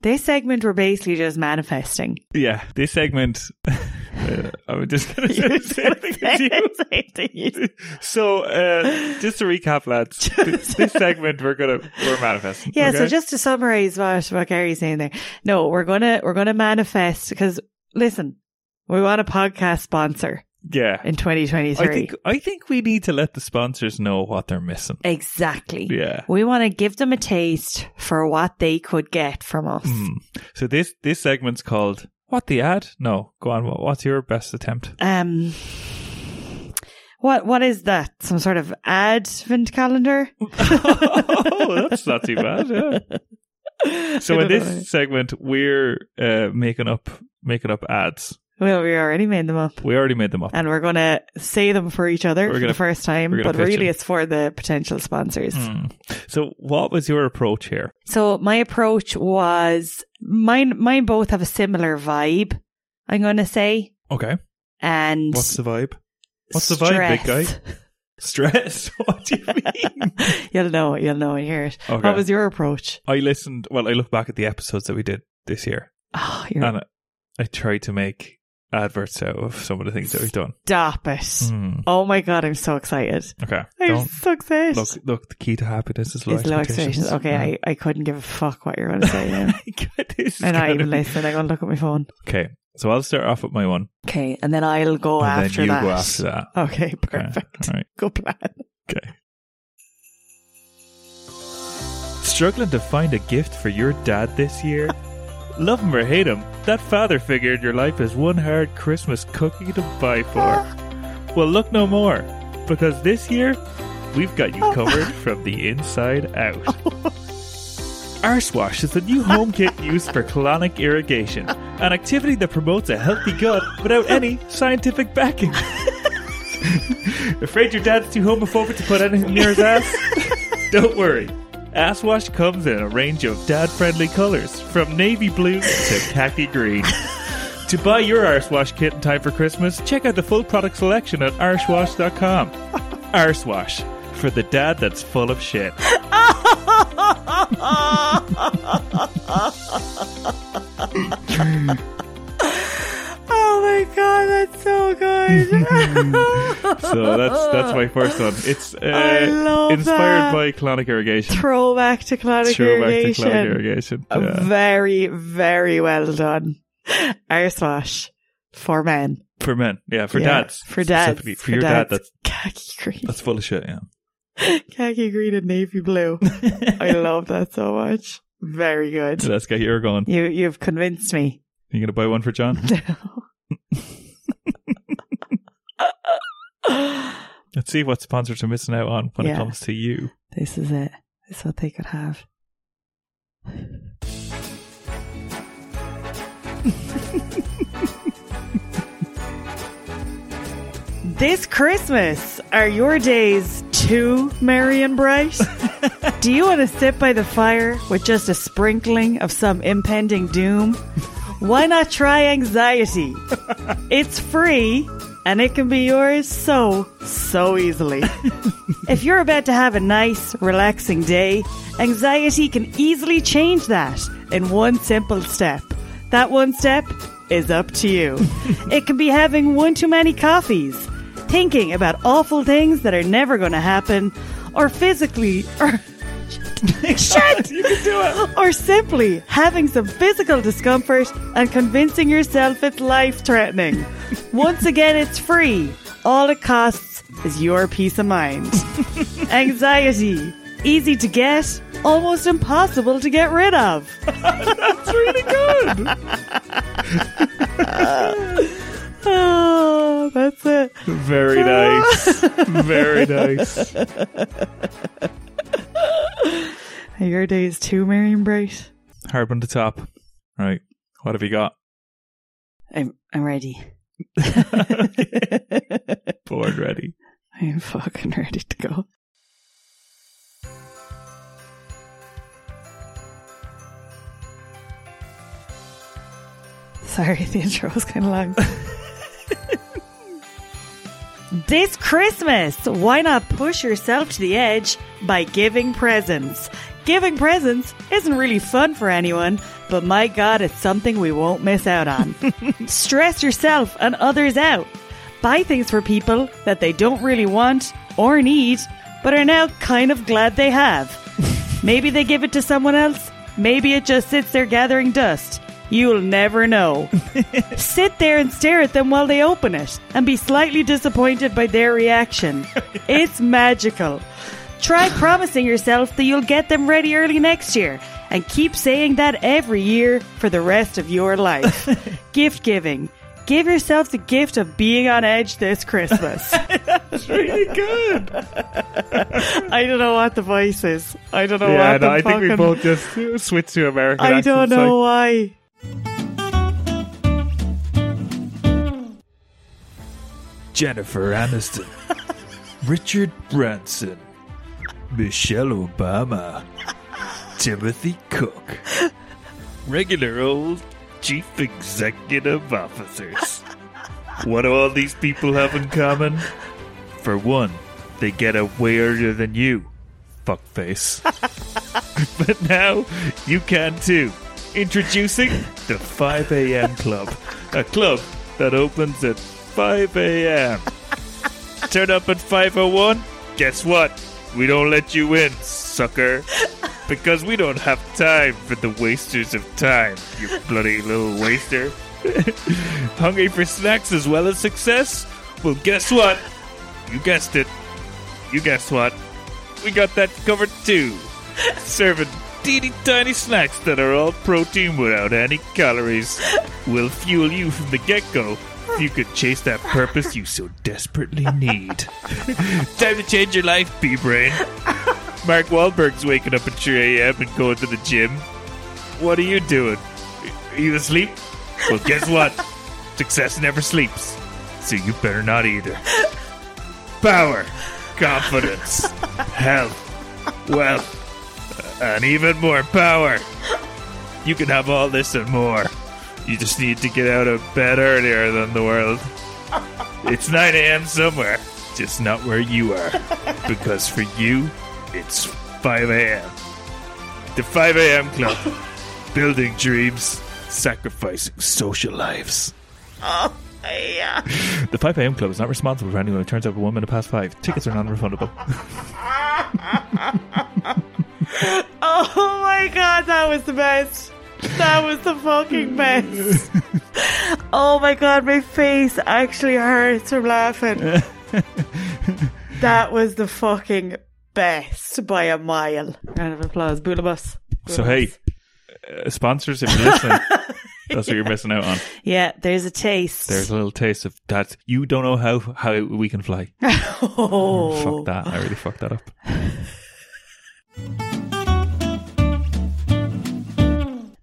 Speaker 2: This segment we're basically just manifesting.
Speaker 1: Yeah, this segment. uh, I was just going to say you. So, uh, just to recap, lads, this, this segment we're gonna we're manifesting.
Speaker 2: Yeah, so
Speaker 1: okay?
Speaker 2: just to summarize what, what Gary's saying there. No, we're gonna we're gonna manifest because listen, we want a podcast sponsor.
Speaker 1: Yeah.
Speaker 2: in 2023.
Speaker 1: I think I think we need to let the sponsors know what they're missing.
Speaker 2: exactly.
Speaker 1: Yeah.
Speaker 2: We want to give them a taste for what they could get from us.
Speaker 1: Hmm. So this this segment's called What the Ad? No, go on. What- What's your best attempt?
Speaker 2: Um, what what is that? Some sort of advent calendar?
Speaker 1: oh, that's not too bad. Yeah. So
Speaker 2: I
Speaker 1: in
Speaker 2: don't know.
Speaker 1: this segment, we're uh, making up making up ads.
Speaker 2: well, we already made them up,
Speaker 1: We already made them up.
Speaker 2: and we're gonna say them for each other
Speaker 1: We're
Speaker 2: for
Speaker 1: gonna-
Speaker 2: the first time.
Speaker 1: we're gonna
Speaker 2: But
Speaker 1: pitch
Speaker 2: really,
Speaker 1: them.
Speaker 2: it's for the potential sponsors.
Speaker 1: Hmm. So what was your approach here?
Speaker 2: So my approach was mine. Mine both have a similar vibe. I'm gonna say,
Speaker 1: Okay.
Speaker 2: and
Speaker 1: What's the vibe? What's the vibe, big guy? Stress. what do you mean?
Speaker 2: guy? you'll know. it, You'll know and hear it.
Speaker 1: Okay.
Speaker 2: What was your approach?
Speaker 1: I listened. Well, I look back at the episodes that we did this year,
Speaker 2: Oh, you're
Speaker 1: and I, I tried to make adverts out of some of the things that we've done.
Speaker 2: stop it.
Speaker 1: Hmm.
Speaker 2: Oh my god, I'm so excited.
Speaker 1: Okay.
Speaker 2: I'm
Speaker 1: Don't
Speaker 2: so excited.
Speaker 1: look. Look, the key to happiness is low
Speaker 2: it's low
Speaker 1: expectations. Mm.
Speaker 2: expectations. Okay, I, I couldn't give a fuck what you're going to say. now.
Speaker 1: this is
Speaker 2: I'm not
Speaker 1: gonna
Speaker 2: even
Speaker 1: be-
Speaker 2: listening. I'm going to look at my phone.
Speaker 1: Okay, so I'll start off with my one,
Speaker 2: Okay, and then I'll go
Speaker 1: and then
Speaker 2: after
Speaker 1: you
Speaker 2: that.
Speaker 1: go after that.
Speaker 2: Okay,
Speaker 1: Okay,
Speaker 2: perfect.
Speaker 1: all right.
Speaker 2: Good plan.
Speaker 1: Okay. Struggling to find a gift for your dad this year? Love him or hate him, that father figure in your life is one hard Christmas cookie to buy for. Well, look no more, because this year, we've got you covered from the inside out. Arsewash is the new home kit used for colonic irrigation, an activity that promotes a healthy gut without any scientific backing. Afraid your dad's too homophobic to put anything near his ass? Don't worry. Ass wash comes in a range of dad friendly colors, from navy blue to khaki green. to buy your arse wash kit in time for Christmas, check out the full product selection at arsewash.com. Arse wash for the dad that's full of shit.
Speaker 2: Oh my god, that's so good.
Speaker 1: So that's that's my first one. It's
Speaker 2: I
Speaker 1: uh,
Speaker 2: love
Speaker 1: inspired
Speaker 2: that.
Speaker 1: by colonic irrigation.
Speaker 2: Throwback to climate
Speaker 1: Throwback to
Speaker 2: irrigation.
Speaker 1: colonic irrigation. Yeah.
Speaker 2: Very, very well done. Arsewash for men.
Speaker 1: For men, yeah, for
Speaker 2: Yeah,
Speaker 1: dads,
Speaker 2: For dads.
Speaker 1: specifically. for, your dad
Speaker 2: dads.
Speaker 1: that's
Speaker 2: Khaki green.
Speaker 1: that's full of shit. Yeah.
Speaker 2: Khaki green and navy blue. I love that so much. Very good.
Speaker 1: So let's get your going.
Speaker 2: You you've convinced me.
Speaker 1: You gonna buy one for John?
Speaker 2: this
Speaker 1: Let's see what sponsors are missing out on when it
Speaker 2: Yeah.
Speaker 1: comes to you.
Speaker 2: is it. This is what they could have. this Christmas, are your days too merry and bright? Do you want to sit by the fire with just a sprinkling of some impending doom? Why not try anxiety? It's free and it can be yours so, so easily. if you're about to have a nice, relaxing day, anxiety can easily change that in one simple step. That one step is up to you. it can be having one too many coffees, thinking about awful things that are never going to happen, or physically, or. Shit!
Speaker 1: You can do it.
Speaker 2: or simply having some physical discomfort and convincing yourself it's life threatening. Once again, it's free. All it costs is your peace of mind. Anxiety. Easy to get, almost impossible to get rid of.
Speaker 1: It's really good.
Speaker 2: Oh, that's it.
Speaker 1: Very nice. Very nice.
Speaker 2: Are your days too merry and bright?
Speaker 1: Hard one to top. Right. What have you got?
Speaker 2: I'm, I'm ready.
Speaker 1: Board ready.
Speaker 2: I'm fucking ready to go. Sorry, the intro was kind of long. this Christmas, why not push yourself to the edge by giving presents? Giving presents isn't really fun for anyone, but my God, it's something we won't miss out on. Stress yourself and others out. Buy things for people that they don't really want or need, but are now kind of glad they have. Maybe they give it to someone else. Maybe it just sits there gathering dust. You'll never know. Sit there and stare at them while they open it and be slightly disappointed by their reaction. It's magical. Try promising yourself that you'll get them ready early next year and keep saying that every year for the rest of your life. gift giving. Give yourself the gift of being on edge this Christmas.
Speaker 3: Pretty good.
Speaker 2: I don't know what the voice is. I don't know
Speaker 3: yeah,
Speaker 2: what the
Speaker 3: no, I think we
Speaker 2: fucking-
Speaker 3: both just switched to American.
Speaker 2: I don't
Speaker 3: accents,
Speaker 2: know
Speaker 3: like-
Speaker 2: why.
Speaker 3: Jennifer Aniston, Richard Branson, Michelle Obama, Timothy Cook, regular old chief executive officers. What do all these people have in common? For one, they get out way earlier than you, fuckface. but now you can too. Introducing the 5 a.m. Club, a club that opens at 5 a.m. Turn up at 5:01. Guess what? We don't let you in, sucker, because we don't have time for the wasters of time. You bloody little waster! Hungry for snacks as well as success? Well, guess what? You guessed it. You guess what? We got that covered too serving teeny tiny snacks that are all protein without any calories. Will fuel you from the get go if you could chase that purpose you so desperately need. Time to change your life, B Brain. Mark Wahlberg's waking up at 3 a.m. and going to the gym. What are you doing? Are you asleep? Well, guess what? Success never sleeps, so you better not either. Power, confidence, health, wealth, and even more power. You can have all this and more. You just need to get out of bed earlier than the world. It's 9 a.m. somewhere, just not where you are. Because for you, it's 5 a.m. The 5 a.m. Club. Building dreams, sacrificing social lives. The 5 a.m. Club is not responsible for anyone who turns up at one minute past five. Tickets are non refundable.
Speaker 2: Oh my god, that was the best. That was the fucking best. oh my god, my face actually hurts from laughing. that was the fucking best by a mile. Round of applause, Boulabus.
Speaker 3: So hey, uh, sponsors, if you're listening, that's what you're missing out on.
Speaker 2: Yeah, there's a taste.
Speaker 3: There's a little taste of that. You don't know how how we can fly.
Speaker 2: oh.
Speaker 3: Fuck that! I really fucked that up.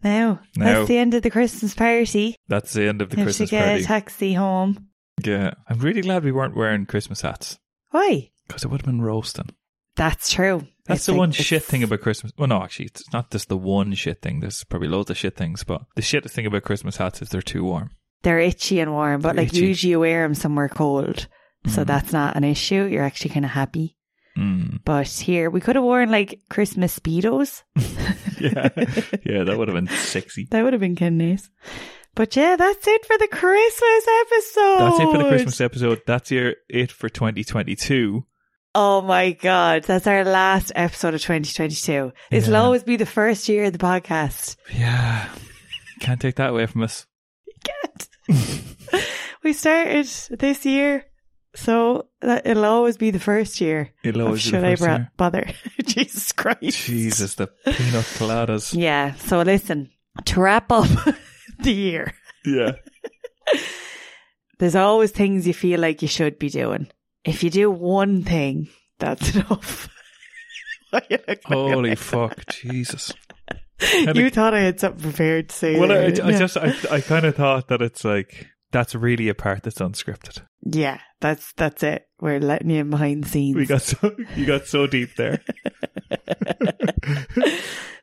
Speaker 2: Now,
Speaker 3: Now.
Speaker 2: that's the end of the Christmas party.
Speaker 3: That's the end of the
Speaker 2: Have to
Speaker 3: Christmas
Speaker 2: get
Speaker 3: party.
Speaker 2: a taxi home.
Speaker 3: yeah, I'm really glad we weren't wearing Christmas hats
Speaker 2: Why?
Speaker 3: because it would have been roasting.
Speaker 2: That's true.
Speaker 3: That's
Speaker 2: It's
Speaker 3: the
Speaker 2: like-
Speaker 3: one
Speaker 2: it's-
Speaker 3: shit thing about Christmas. Well, no, actually, it's not just the one shit thing. There's probably loads of shit things, but the shit thing about Christmas hats is they're too warm.
Speaker 2: they're itchy and warm, but
Speaker 3: They're
Speaker 2: like
Speaker 3: itchy.
Speaker 2: usually you wear them somewhere cold. So that's not an issue. You're actually kind of happy.
Speaker 3: Mm.
Speaker 2: But here, we could have worn like Christmas Speedos.
Speaker 3: Yeah, yeah, that would have been sexy.
Speaker 2: That would have been kind of nice. But yeah, that's it for the Christmas episode.
Speaker 3: That's it for the Christmas e- episode. That's your it for 2022.
Speaker 2: Oh my God. That's our last episode of 2022. This will
Speaker 3: Yeah.
Speaker 2: always be the first year of the podcast.
Speaker 3: Yeah, can't take that away from us.
Speaker 2: We started this year. So that it'll always be the first year.
Speaker 3: It'll
Speaker 2: of
Speaker 3: always be the
Speaker 2: should I
Speaker 3: first
Speaker 2: bra-
Speaker 3: year.
Speaker 2: bother? Jesus Christ.
Speaker 3: Jesus, the peanut coladas.
Speaker 2: Yeah. So listen, to wrap up the year,
Speaker 3: Yeah.
Speaker 2: there's always things you feel like you should be doing. If you do one thing, that's enough. Why you look like
Speaker 3: Holy fuck, Jesus.
Speaker 2: that? you thought I had something prepared to say.
Speaker 3: Well, I,
Speaker 2: there.
Speaker 3: I just, I, I kind of thought that it's like, that's really a part that's unscripted.
Speaker 2: yeah, that's that's it. We're letting you in behind the scenes.
Speaker 3: We got so, you got so deep there.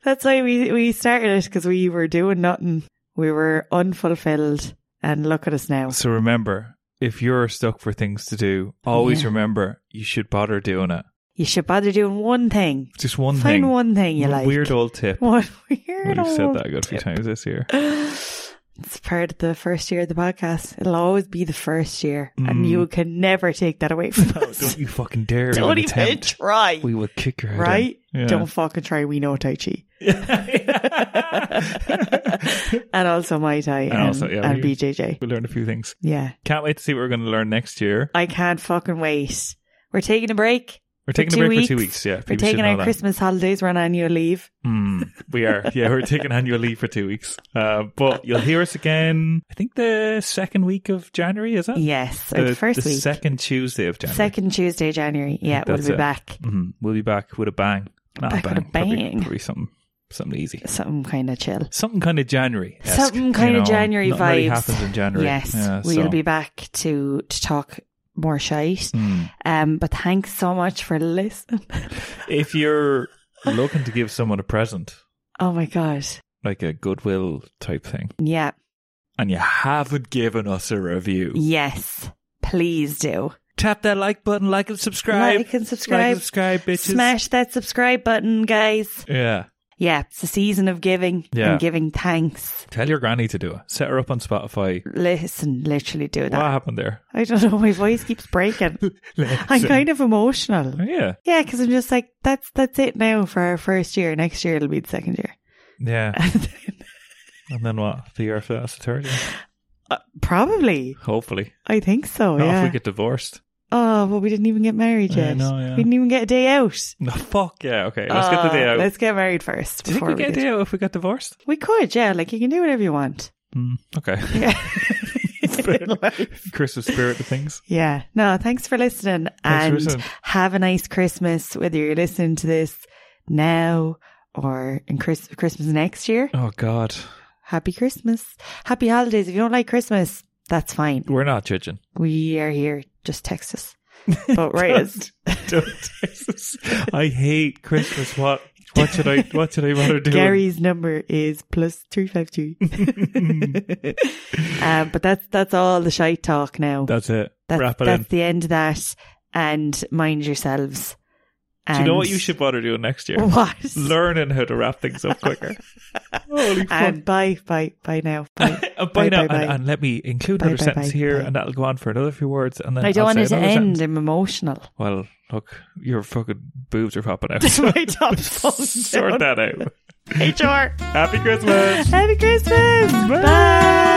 Speaker 2: that's why we we started it because we were doing nothing. We were unfulfilled, and look at us now.
Speaker 3: So remember, if you're stuck for things to do, always
Speaker 2: Yeah.
Speaker 3: remember you should bother doing it.
Speaker 2: You should bother doing one thing.
Speaker 3: Just one
Speaker 2: Find
Speaker 3: thing.
Speaker 2: one thing you
Speaker 3: One
Speaker 2: like.
Speaker 3: Weird old tip.
Speaker 2: What weird
Speaker 3: We've said
Speaker 2: old
Speaker 3: that a good few times this year.
Speaker 2: It's part of the first year of the podcast. It'll always be the first year, and you can never take that away from
Speaker 1: Oh,
Speaker 2: us.
Speaker 1: Mm. don't you fucking dare!
Speaker 2: Don't,
Speaker 1: even
Speaker 2: even
Speaker 1: attempt.
Speaker 2: try,
Speaker 1: We will kick your head in.
Speaker 2: right?
Speaker 1: Yeah.
Speaker 2: Don't fucking try. We know Tai Chi. and also Mai Tai and,
Speaker 1: also, yeah,
Speaker 2: and
Speaker 1: we-
Speaker 2: BJJ.
Speaker 1: We learned a few things.
Speaker 2: Yeah.
Speaker 1: Can't wait to see what we're going to learn next year.
Speaker 2: I can't fucking wait. We're taking a break.
Speaker 1: We're taking a
Speaker 2: two
Speaker 1: break for two
Speaker 2: weeks.
Speaker 1: weeks. Yeah,
Speaker 2: We're
Speaker 1: people should
Speaker 2: taking
Speaker 1: know
Speaker 2: our
Speaker 1: that.
Speaker 2: Christmas holidays. We're on annual leave.
Speaker 1: Mm, we are. Yeah, we're taking annual leave for two weeks. Uh, but you'll hear us again. I think the second week of January is that?
Speaker 2: Yes.
Speaker 1: the,
Speaker 2: Or the first
Speaker 1: the
Speaker 2: week.
Speaker 1: second Tuesday of January.
Speaker 2: Second Tuesday, January. Yeah, we'll
Speaker 1: that's
Speaker 2: be
Speaker 1: it.
Speaker 2: back.
Speaker 1: Mhm. We'll be back with a bang. Not
Speaker 2: Back with a
Speaker 1: Probably-
Speaker 2: bang.
Speaker 1: Probably, something, something easy.
Speaker 2: Something kind of chill.
Speaker 1: Something kind of January.
Speaker 2: Something kind of January
Speaker 1: Nothing really
Speaker 2: vibes.
Speaker 1: happens in January.
Speaker 2: Yes,
Speaker 1: Yeah,
Speaker 2: we'll
Speaker 1: so-
Speaker 2: be back to to talk more shite.
Speaker 1: Mm.
Speaker 2: Um, but thanks so much for listening.
Speaker 1: If you're looking to give someone a present,
Speaker 2: Oh my god,
Speaker 1: like a goodwill type thing,
Speaker 2: yeah,
Speaker 1: and you haven't given us a review,
Speaker 2: yes, please do
Speaker 1: tap that like button, like and subscribe.
Speaker 2: like and subscribe,
Speaker 1: Like, subscribe, bitches.
Speaker 2: smash that subscribe button, guys.
Speaker 1: Yeah.
Speaker 2: Yeah, it's the season of giving
Speaker 1: Yeah.
Speaker 2: and giving thanks.
Speaker 1: Tell your granny to do it. Set her up on Spotify.
Speaker 2: Listen, literally do
Speaker 1: What
Speaker 2: that.
Speaker 1: happened there?
Speaker 2: I don't know, my voice keeps breaking. I'm kind of emotional.
Speaker 1: Yeah.
Speaker 2: Yeah, because I'm just like that's that's it now for our first year. Next year it'll be the second year.
Speaker 1: Yeah. And then what? The year after that's the third year?
Speaker 2: Probably,
Speaker 1: Hopefully.
Speaker 2: I think so.
Speaker 1: Not
Speaker 2: Oh, yeah.
Speaker 1: if we get divorced.
Speaker 2: Oh, well, we didn't even get married
Speaker 1: I
Speaker 2: yet.
Speaker 1: know, yeah.
Speaker 2: We didn't even get a day out.
Speaker 1: No, fuck yeah. Okay. Let's get the day
Speaker 2: Uh,
Speaker 1: out.
Speaker 2: Let's get married first.
Speaker 1: do you think
Speaker 2: before
Speaker 1: we get a
Speaker 2: did.
Speaker 1: day out if we got divorced?
Speaker 2: We could, yeah. Like, you can do whatever you want.
Speaker 1: Mm, okay.
Speaker 2: Yeah.
Speaker 1: Christmas spirit of things.
Speaker 2: yeah. No, thanks for listening.
Speaker 1: Thanks for
Speaker 2: and
Speaker 1: listening.
Speaker 2: have a nice Christmas, whether you're listening to this now or in Chris- Christmas next year.
Speaker 1: Oh, God.
Speaker 2: Happy Christmas. Happy holidays. If you don't like Christmas, that's fine.
Speaker 1: We're not judging.
Speaker 2: We are here. Just text us. But right as
Speaker 1: Don't text us. I hate Christmas. What? What should I? What should I rather do?
Speaker 2: Gary's number is plus three five three. Um, but that's that's all the shite talk now.
Speaker 1: That's it.
Speaker 2: That's,
Speaker 1: Wrap it
Speaker 2: that's
Speaker 1: in.
Speaker 2: the end of that. And mind yourselves.
Speaker 1: Do you know
Speaker 2: And-
Speaker 1: what you should bother doing next year?
Speaker 2: What?
Speaker 1: learning how to wrap things up quicker. Holy fuck.
Speaker 2: And bye, bye, bye now. Bye.
Speaker 1: And by
Speaker 2: bye,
Speaker 1: Oh, now,
Speaker 2: bye,
Speaker 1: and,
Speaker 2: bye.
Speaker 1: and let me include
Speaker 2: Bye,
Speaker 1: another
Speaker 2: bye,
Speaker 1: sentence
Speaker 2: bye,
Speaker 1: here,
Speaker 2: bye.
Speaker 1: and that'll go on for another few words, and then
Speaker 2: I don't
Speaker 1: I'll
Speaker 2: want it
Speaker 1: say
Speaker 2: to
Speaker 1: another
Speaker 2: end.
Speaker 1: sentence.
Speaker 2: I'm emotional.
Speaker 1: Well, look, your fucking boobs are popping out.
Speaker 2: It's my top song.
Speaker 1: Sort that out.
Speaker 2: HR.
Speaker 1: Happy Christmas.
Speaker 2: Happy Christmas. Bye.